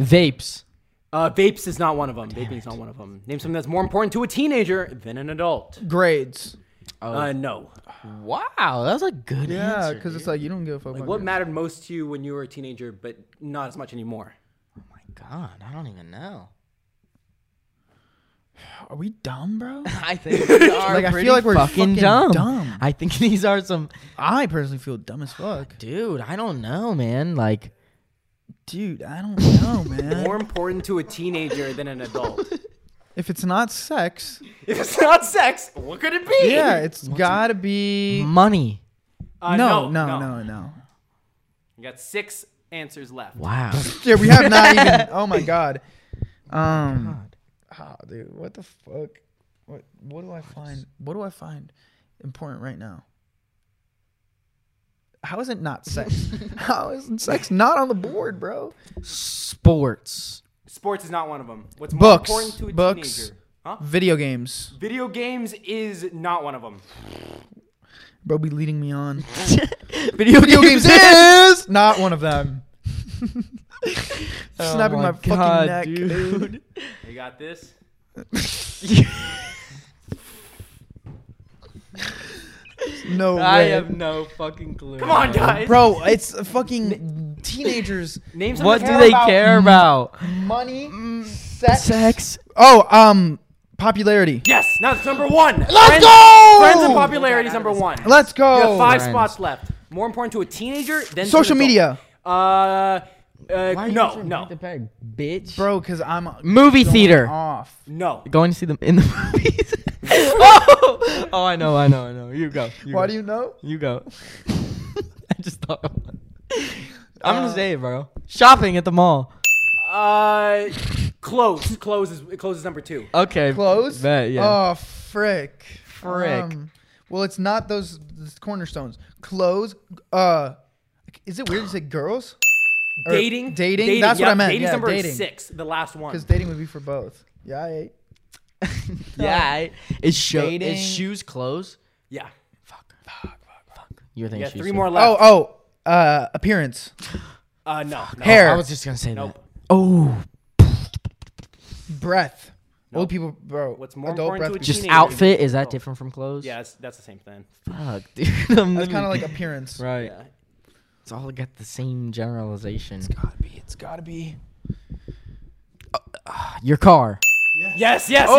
Speaker 1: Vapes.
Speaker 6: Uh, vapes is not one of them. Vaping is not one of them. Name something that's more important to a teenager than an adult.
Speaker 3: Grades.
Speaker 6: Uh, no.
Speaker 1: Wow, that was a good
Speaker 3: Yeah,
Speaker 1: answer.
Speaker 3: because it's like you don't give a fuck. about
Speaker 6: What
Speaker 3: your-
Speaker 6: mattered most to you when you were a teenager, but not as much anymore?
Speaker 1: My God, I don't even know.
Speaker 3: Are we dumb, bro?
Speaker 1: I think these are
Speaker 3: Like, I feel
Speaker 1: pretty
Speaker 3: like we're fucking
Speaker 1: dumb.
Speaker 3: dumb.
Speaker 1: I think these are some
Speaker 3: I personally feel dumb as fuck,
Speaker 1: dude. I don't know, man. Like
Speaker 3: dude. I don't know, man.
Speaker 6: More important to a teenager than an adult.
Speaker 3: if it's not sex,
Speaker 6: if it's not sex, what could it be?
Speaker 3: yeah, it's gotta be.
Speaker 1: money.
Speaker 6: Uh,
Speaker 3: no, no, no, no.
Speaker 6: You got six answers left.
Speaker 1: Wow.
Speaker 3: Yeah, we have not even. Oh my god. Um. ah, dude, what the fuck? What What do I find? What do I find important right now? How is it not sex? How is sex not on the board, bro?
Speaker 1: Sports.
Speaker 6: Sports is not one of them. What's
Speaker 3: Books.
Speaker 6: more important to a
Speaker 3: Books.
Speaker 6: teenager? Huh?
Speaker 3: Video games,
Speaker 6: Video games is not one of them.
Speaker 3: bro, be leading me on.
Speaker 1: Video,
Speaker 3: Video games is not one of them. Snapping Oh my,
Speaker 1: my
Speaker 3: fucking
Speaker 1: God,
Speaker 3: neck, dude.
Speaker 6: You got this.
Speaker 3: No way.
Speaker 1: I have no fucking clue.
Speaker 6: Come on, guys.
Speaker 3: Bro, it's fucking teenagers.
Speaker 6: Name something
Speaker 1: What do
Speaker 6: more
Speaker 1: they
Speaker 6: about-
Speaker 1: care about?
Speaker 3: Money, Mm. sex. Oh, um, popularity.
Speaker 6: Yes, now it's number one. Let's
Speaker 3: go!
Speaker 6: Friends and popularity is number one.
Speaker 3: Let's go.
Speaker 6: You have five
Speaker 1: Friends.
Speaker 6: spots left. More important to a teenager than to an
Speaker 3: Social
Speaker 6: adult.
Speaker 3: media.
Speaker 6: Uh, uh no, no,
Speaker 1: bitch.
Speaker 3: Bro, because I'm
Speaker 1: Movie
Speaker 3: going
Speaker 1: theater.
Speaker 3: off.
Speaker 6: no.
Speaker 1: Going to see them in the movies. oh! oh, I know, I know, I know. You go. You
Speaker 3: Why
Speaker 1: go.
Speaker 3: do you know?
Speaker 1: You go. I just thought. of one. I'm
Speaker 3: Uh,
Speaker 1: gonna say it, bro. Shopping at the mall.
Speaker 6: Uh, close. Close is close is number two.
Speaker 1: Okay.
Speaker 3: Clothes.
Speaker 1: Bet, yeah.
Speaker 3: Oh, frick. Um,
Speaker 1: Frick.
Speaker 3: well, it's not those, those cornerstones. Clothes. Uh, is it weird to say girls? Or
Speaker 6: Dating.
Speaker 3: Er, Dating. That's what
Speaker 6: yeah,
Speaker 3: I meant.
Speaker 6: Dating's
Speaker 3: yeah,
Speaker 6: number
Speaker 3: dating.
Speaker 6: six. The last one.
Speaker 3: Because dating would be for both. Yeah. I,
Speaker 1: yeah. I, is, sho-
Speaker 3: Dating.
Speaker 1: is shoes clothes?
Speaker 6: Yeah.
Speaker 1: You were thinking
Speaker 6: You got
Speaker 1: shoes.
Speaker 6: three
Speaker 1: too.
Speaker 6: more left.
Speaker 3: oh, oh. Uh, appearance.
Speaker 6: Uh, no, no.
Speaker 3: Hair.
Speaker 1: I was just gonna say
Speaker 6: Nope.
Speaker 1: that. Oh,
Speaker 3: Breath. Old people, bro.
Speaker 6: What's more
Speaker 3: adult breath.
Speaker 6: important to a
Speaker 3: Just
Speaker 1: just
Speaker 6: Teenager.
Speaker 1: outfit. Is that different from clothes?
Speaker 6: Yeah, that's, that's the same thing.
Speaker 1: Fuck, dude. I'm
Speaker 3: that's kind
Speaker 1: literally-
Speaker 3: of like appearance.
Speaker 1: right. It's all got the same generalization.
Speaker 3: Gotta be. It's gotta be.
Speaker 1: Your car.
Speaker 6: Yes, yes, yes.
Speaker 3: Oh,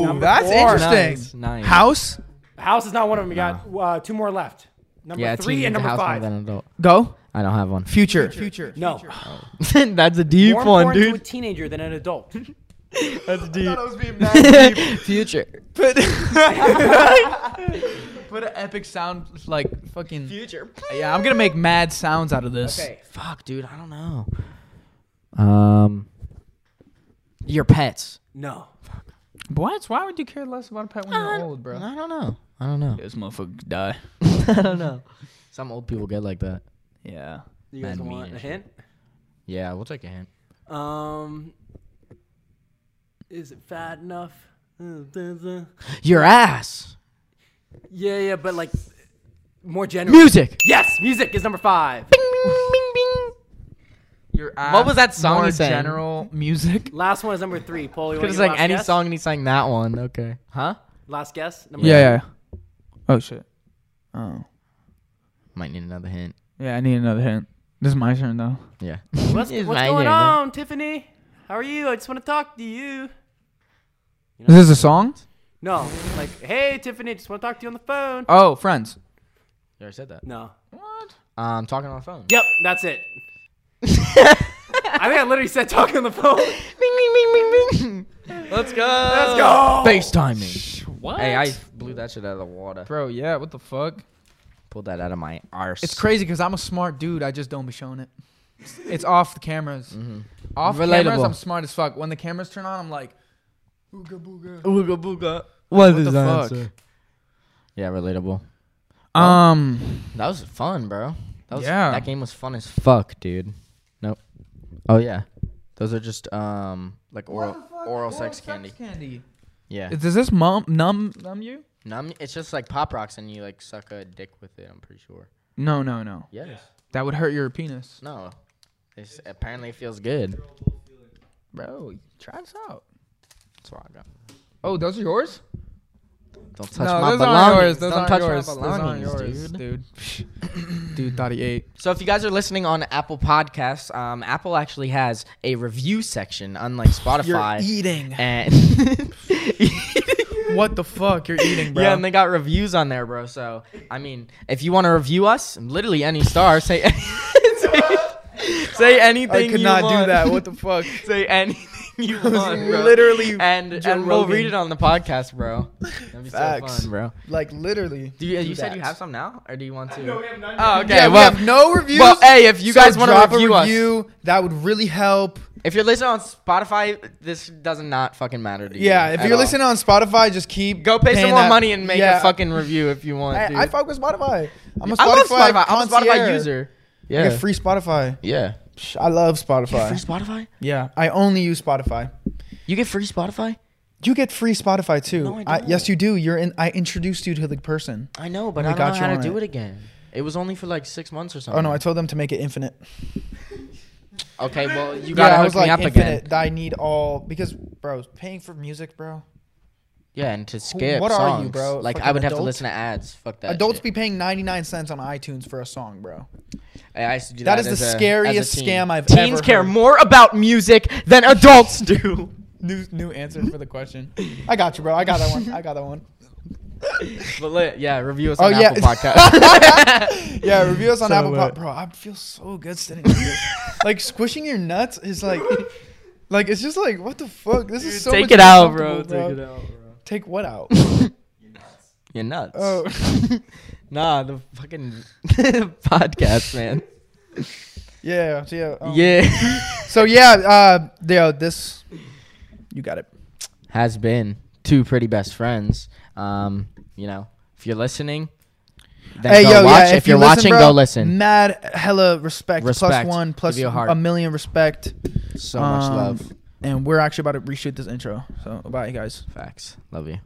Speaker 6: Yeah. Number
Speaker 3: that's
Speaker 6: four.
Speaker 3: interesting.
Speaker 1: Nice, nice.
Speaker 3: House,
Speaker 6: House is not one of them. You got uh, two more left. Number
Speaker 1: Yeah,
Speaker 6: three
Speaker 1: teenage
Speaker 6: and number
Speaker 1: house more
Speaker 6: five.
Speaker 1: than adult.
Speaker 3: go.
Speaker 1: I don't have one.
Speaker 3: Future. Future.
Speaker 6: No.
Speaker 1: That's a deep
Speaker 6: More
Speaker 1: one,
Speaker 6: important to a
Speaker 1: dude.
Speaker 6: teenager than an adult.
Speaker 1: That's deep.
Speaker 3: was being mad.
Speaker 1: Future.
Speaker 5: put an epic sound like fucking.
Speaker 1: Future.
Speaker 5: Yeah, I'm gonna make mad sounds out of this.
Speaker 1: Okay. Fuck, dude. I don't know. Um, your pets.
Speaker 6: No.
Speaker 5: What? Why would you care less about a pet when you're old, bro?
Speaker 1: I don't know. I don't know.
Speaker 5: This motherfucker could die.
Speaker 1: I don't know. Some old people get like that.
Speaker 5: Yeah.
Speaker 6: You guys
Speaker 1: Man, mean
Speaker 6: want a
Speaker 1: as
Speaker 6: hint?
Speaker 1: Yeah, we'll take a hint.
Speaker 6: Um, is it fat enough? Yeah,
Speaker 1: Your ass.
Speaker 6: yeah, but like more general.
Speaker 1: Music.
Speaker 6: Yes, music is number five.
Speaker 5: Your ass.
Speaker 1: What was that song
Speaker 5: More
Speaker 1: he sang?
Speaker 5: general music.
Speaker 6: Last one is number three. Paul, you
Speaker 1: Could have
Speaker 6: want to
Speaker 1: sang
Speaker 6: last
Speaker 1: any
Speaker 6: guess?
Speaker 1: song and he sang that one. Okay. Huh?
Speaker 6: Last guess. Number
Speaker 5: Yeah. yeah. Oh shit. Oh.
Speaker 1: Might need another hint.
Speaker 5: Yeah, I need another hint. This is my turn though.
Speaker 1: Yeah.
Speaker 6: What's,
Speaker 1: It's
Speaker 6: what's
Speaker 1: my
Speaker 6: going
Speaker 1: turn.
Speaker 6: on, Tiffany? How are you? I just want to talk to you.
Speaker 5: Is this a song?
Speaker 6: No, like, hey, Tiffany, just want to talk to you on the phone.
Speaker 5: Oh, friends.
Speaker 1: You already said that.
Speaker 6: No.
Speaker 5: What?
Speaker 1: Um, talking on the phone.
Speaker 6: Yep, that's it. I think I literally said talking on the phone.
Speaker 1: Let's go.
Speaker 6: Let's go.
Speaker 1: FaceTiming.
Speaker 5: What?
Speaker 1: Hey, I blew that shit out of the water.
Speaker 5: Bro, yeah. What the fuck?
Speaker 1: Pulled that out of my arse.
Speaker 5: It's crazy because I'm a smart dude. I just don't be showing it. It's off the cameras. Off cameras,
Speaker 1: Mm-hmm. Relatable.
Speaker 5: I'm smart as fuck. When the cameras turn on, I'm like, ooga booga.
Speaker 1: Ooga booga.
Speaker 5: What is the that fuck? answer?
Speaker 1: Yeah, relatable.
Speaker 5: Um,
Speaker 1: That was fun, bro. That was,
Speaker 5: Yeah.
Speaker 1: That game was fun as fuck, dude. Nope. Oh yeah. Those are just um like oral oral sex candy. Yeah.
Speaker 5: Does this mum numb numb you?
Speaker 1: Numb, it's just like pop rocks and you like suck a dick with it. I'm pretty sure.
Speaker 5: No, no, no.
Speaker 1: Yes.
Speaker 5: That would hurt your penis,
Speaker 1: No. It's, apparently it feels good.
Speaker 5: bro. Try this out.
Speaker 1: That's what I got.
Speaker 5: Oh, those are yours?
Speaker 1: Don't touch
Speaker 5: no,
Speaker 1: my
Speaker 5: those aren't
Speaker 1: belongings.
Speaker 5: yours. Those
Speaker 1: Don't
Speaker 5: aren't
Speaker 1: touch
Speaker 5: yours.
Speaker 1: my
Speaker 5: Those aren't
Speaker 1: belongings,
Speaker 5: yours,
Speaker 1: dude.
Speaker 5: dude. dude, thought he ate.
Speaker 1: So if you guys are listening on Apple Podcasts, um, Apple actually has a review section, unlike Spotify.
Speaker 5: eating.
Speaker 1: and
Speaker 5: What the fuck? You're eating, bro.
Speaker 1: yeah, and they got reviews on there, bro. So I mean, if you want to review us, literally any star, say say, say anything.
Speaker 3: I could
Speaker 1: you
Speaker 3: not
Speaker 1: want.
Speaker 3: do that. What the fuck?
Speaker 1: say anything you want, bro.
Speaker 3: literally
Speaker 1: and
Speaker 3: Joe
Speaker 1: and we'll read
Speaker 3: Rogan.
Speaker 1: it on the podcast, bro. That'd be so
Speaker 3: Facts.
Speaker 1: fun, bro.
Speaker 3: like literally.
Speaker 1: Do you, you
Speaker 3: do
Speaker 1: said
Speaker 3: that.
Speaker 1: you have some now, or do you want to?
Speaker 6: none.
Speaker 1: oh, okay.
Speaker 3: Yeah,
Speaker 1: well,
Speaker 3: we have no reviews.
Speaker 1: well, hey, if you
Speaker 3: so
Speaker 1: guys want
Speaker 3: drop
Speaker 1: to review
Speaker 3: a
Speaker 1: us,
Speaker 3: review, that would really help.
Speaker 1: if you're listening on Spotify, this doesn't not fucking matter to you.
Speaker 3: Yeah, if
Speaker 1: at
Speaker 3: you're
Speaker 1: all.
Speaker 3: listening on Spotify, just keep
Speaker 1: go pay some
Speaker 3: paying
Speaker 1: more
Speaker 3: that-
Speaker 1: money and make
Speaker 3: Yeah.
Speaker 1: a fucking review if you want. dude.
Speaker 3: I, I fuck with Spotify. I'm a Spotify.
Speaker 1: I love Spotify. I'm a Spotify
Speaker 3: concierge.
Speaker 1: user.
Speaker 3: I
Speaker 1: Yeah.
Speaker 3: get free Spotify.
Speaker 1: yeah.
Speaker 3: Psh, I love
Speaker 1: free
Speaker 3: Spotify.
Speaker 1: Spotify?
Speaker 3: Yeah, I only use Spotify.
Speaker 1: You get free Spotify?
Speaker 3: You get free Spotify too.
Speaker 1: No, I don't.
Speaker 3: yes, you do. You're in. I introduced you to the person.
Speaker 1: I know, but
Speaker 3: We
Speaker 1: I don't
Speaker 3: got
Speaker 1: know
Speaker 3: you
Speaker 1: how to
Speaker 3: on
Speaker 1: do
Speaker 3: it.
Speaker 1: it again. It was only for like six months or something.
Speaker 3: Oh no, I told them to make it infinite.
Speaker 1: okay, well you
Speaker 3: Yeah,
Speaker 1: gotta
Speaker 3: I
Speaker 1: hook
Speaker 3: was
Speaker 1: me
Speaker 3: like
Speaker 1: up
Speaker 3: infinite.
Speaker 1: again.
Speaker 3: I need all because, bro, paying for music, bro.
Speaker 1: Yeah, and to skip
Speaker 3: what are you,
Speaker 1: songs,
Speaker 3: bro?
Speaker 1: Like I
Speaker 3: Fucking
Speaker 1: would have to
Speaker 3: adult?
Speaker 1: listen to ads. Fuck that.
Speaker 3: Adults
Speaker 1: shit.
Speaker 3: be paying 99 cents on iTunes for a song, bro.
Speaker 1: I I used to do
Speaker 3: That
Speaker 1: that.
Speaker 3: is the
Speaker 1: as a- as a
Speaker 3: scariest
Speaker 1: teen.
Speaker 3: scam I've
Speaker 1: Teens
Speaker 3: ever
Speaker 1: care
Speaker 3: heard.
Speaker 1: more about music than adults do.
Speaker 5: New new answer for the question.
Speaker 3: I got you, bro. I got that one. I got that one.
Speaker 1: But lit, yeah, review us
Speaker 3: Oh,
Speaker 1: on
Speaker 3: yeah.
Speaker 1: Apple Podcast.
Speaker 3: Yeah, review us on
Speaker 5: So
Speaker 3: Apple Pod,
Speaker 5: what?
Speaker 3: bro. I feel so good sitting here. like squishing your nuts is like, like it's just like what the fuck. This is so.
Speaker 1: Take
Speaker 3: much
Speaker 1: it
Speaker 3: more
Speaker 1: out, bro.
Speaker 3: comfortable,
Speaker 1: Take it out, bro.
Speaker 3: Take what out?
Speaker 1: You're nuts.
Speaker 3: Oh.
Speaker 1: nah, the fucking podcast, man.
Speaker 3: yeah, so yeah. um,
Speaker 1: Yeah.
Speaker 3: So yeah, uh, yeah. This, you got it.
Speaker 1: has been two pretty best friends. Um, you know, if you're listening, then go
Speaker 3: yo,
Speaker 1: watch.
Speaker 3: yeah,
Speaker 1: if, you're
Speaker 3: you listen,
Speaker 1: watching,
Speaker 3: bro,
Speaker 1: go listen.
Speaker 3: Mad hella respect. Plus
Speaker 1: Respect.
Speaker 3: one, plus
Speaker 1: Give you a
Speaker 3: a,
Speaker 1: heart.
Speaker 3: million respect.
Speaker 1: So much
Speaker 3: Um,
Speaker 1: love.
Speaker 3: And we're actually about to reshoot this intro. So bye, guys.
Speaker 1: Facts. Love you.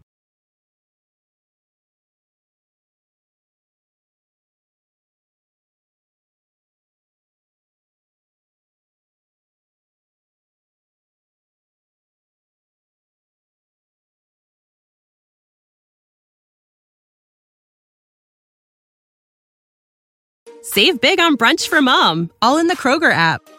Speaker 7: Save big on brunch for mom, all in the Kroger app.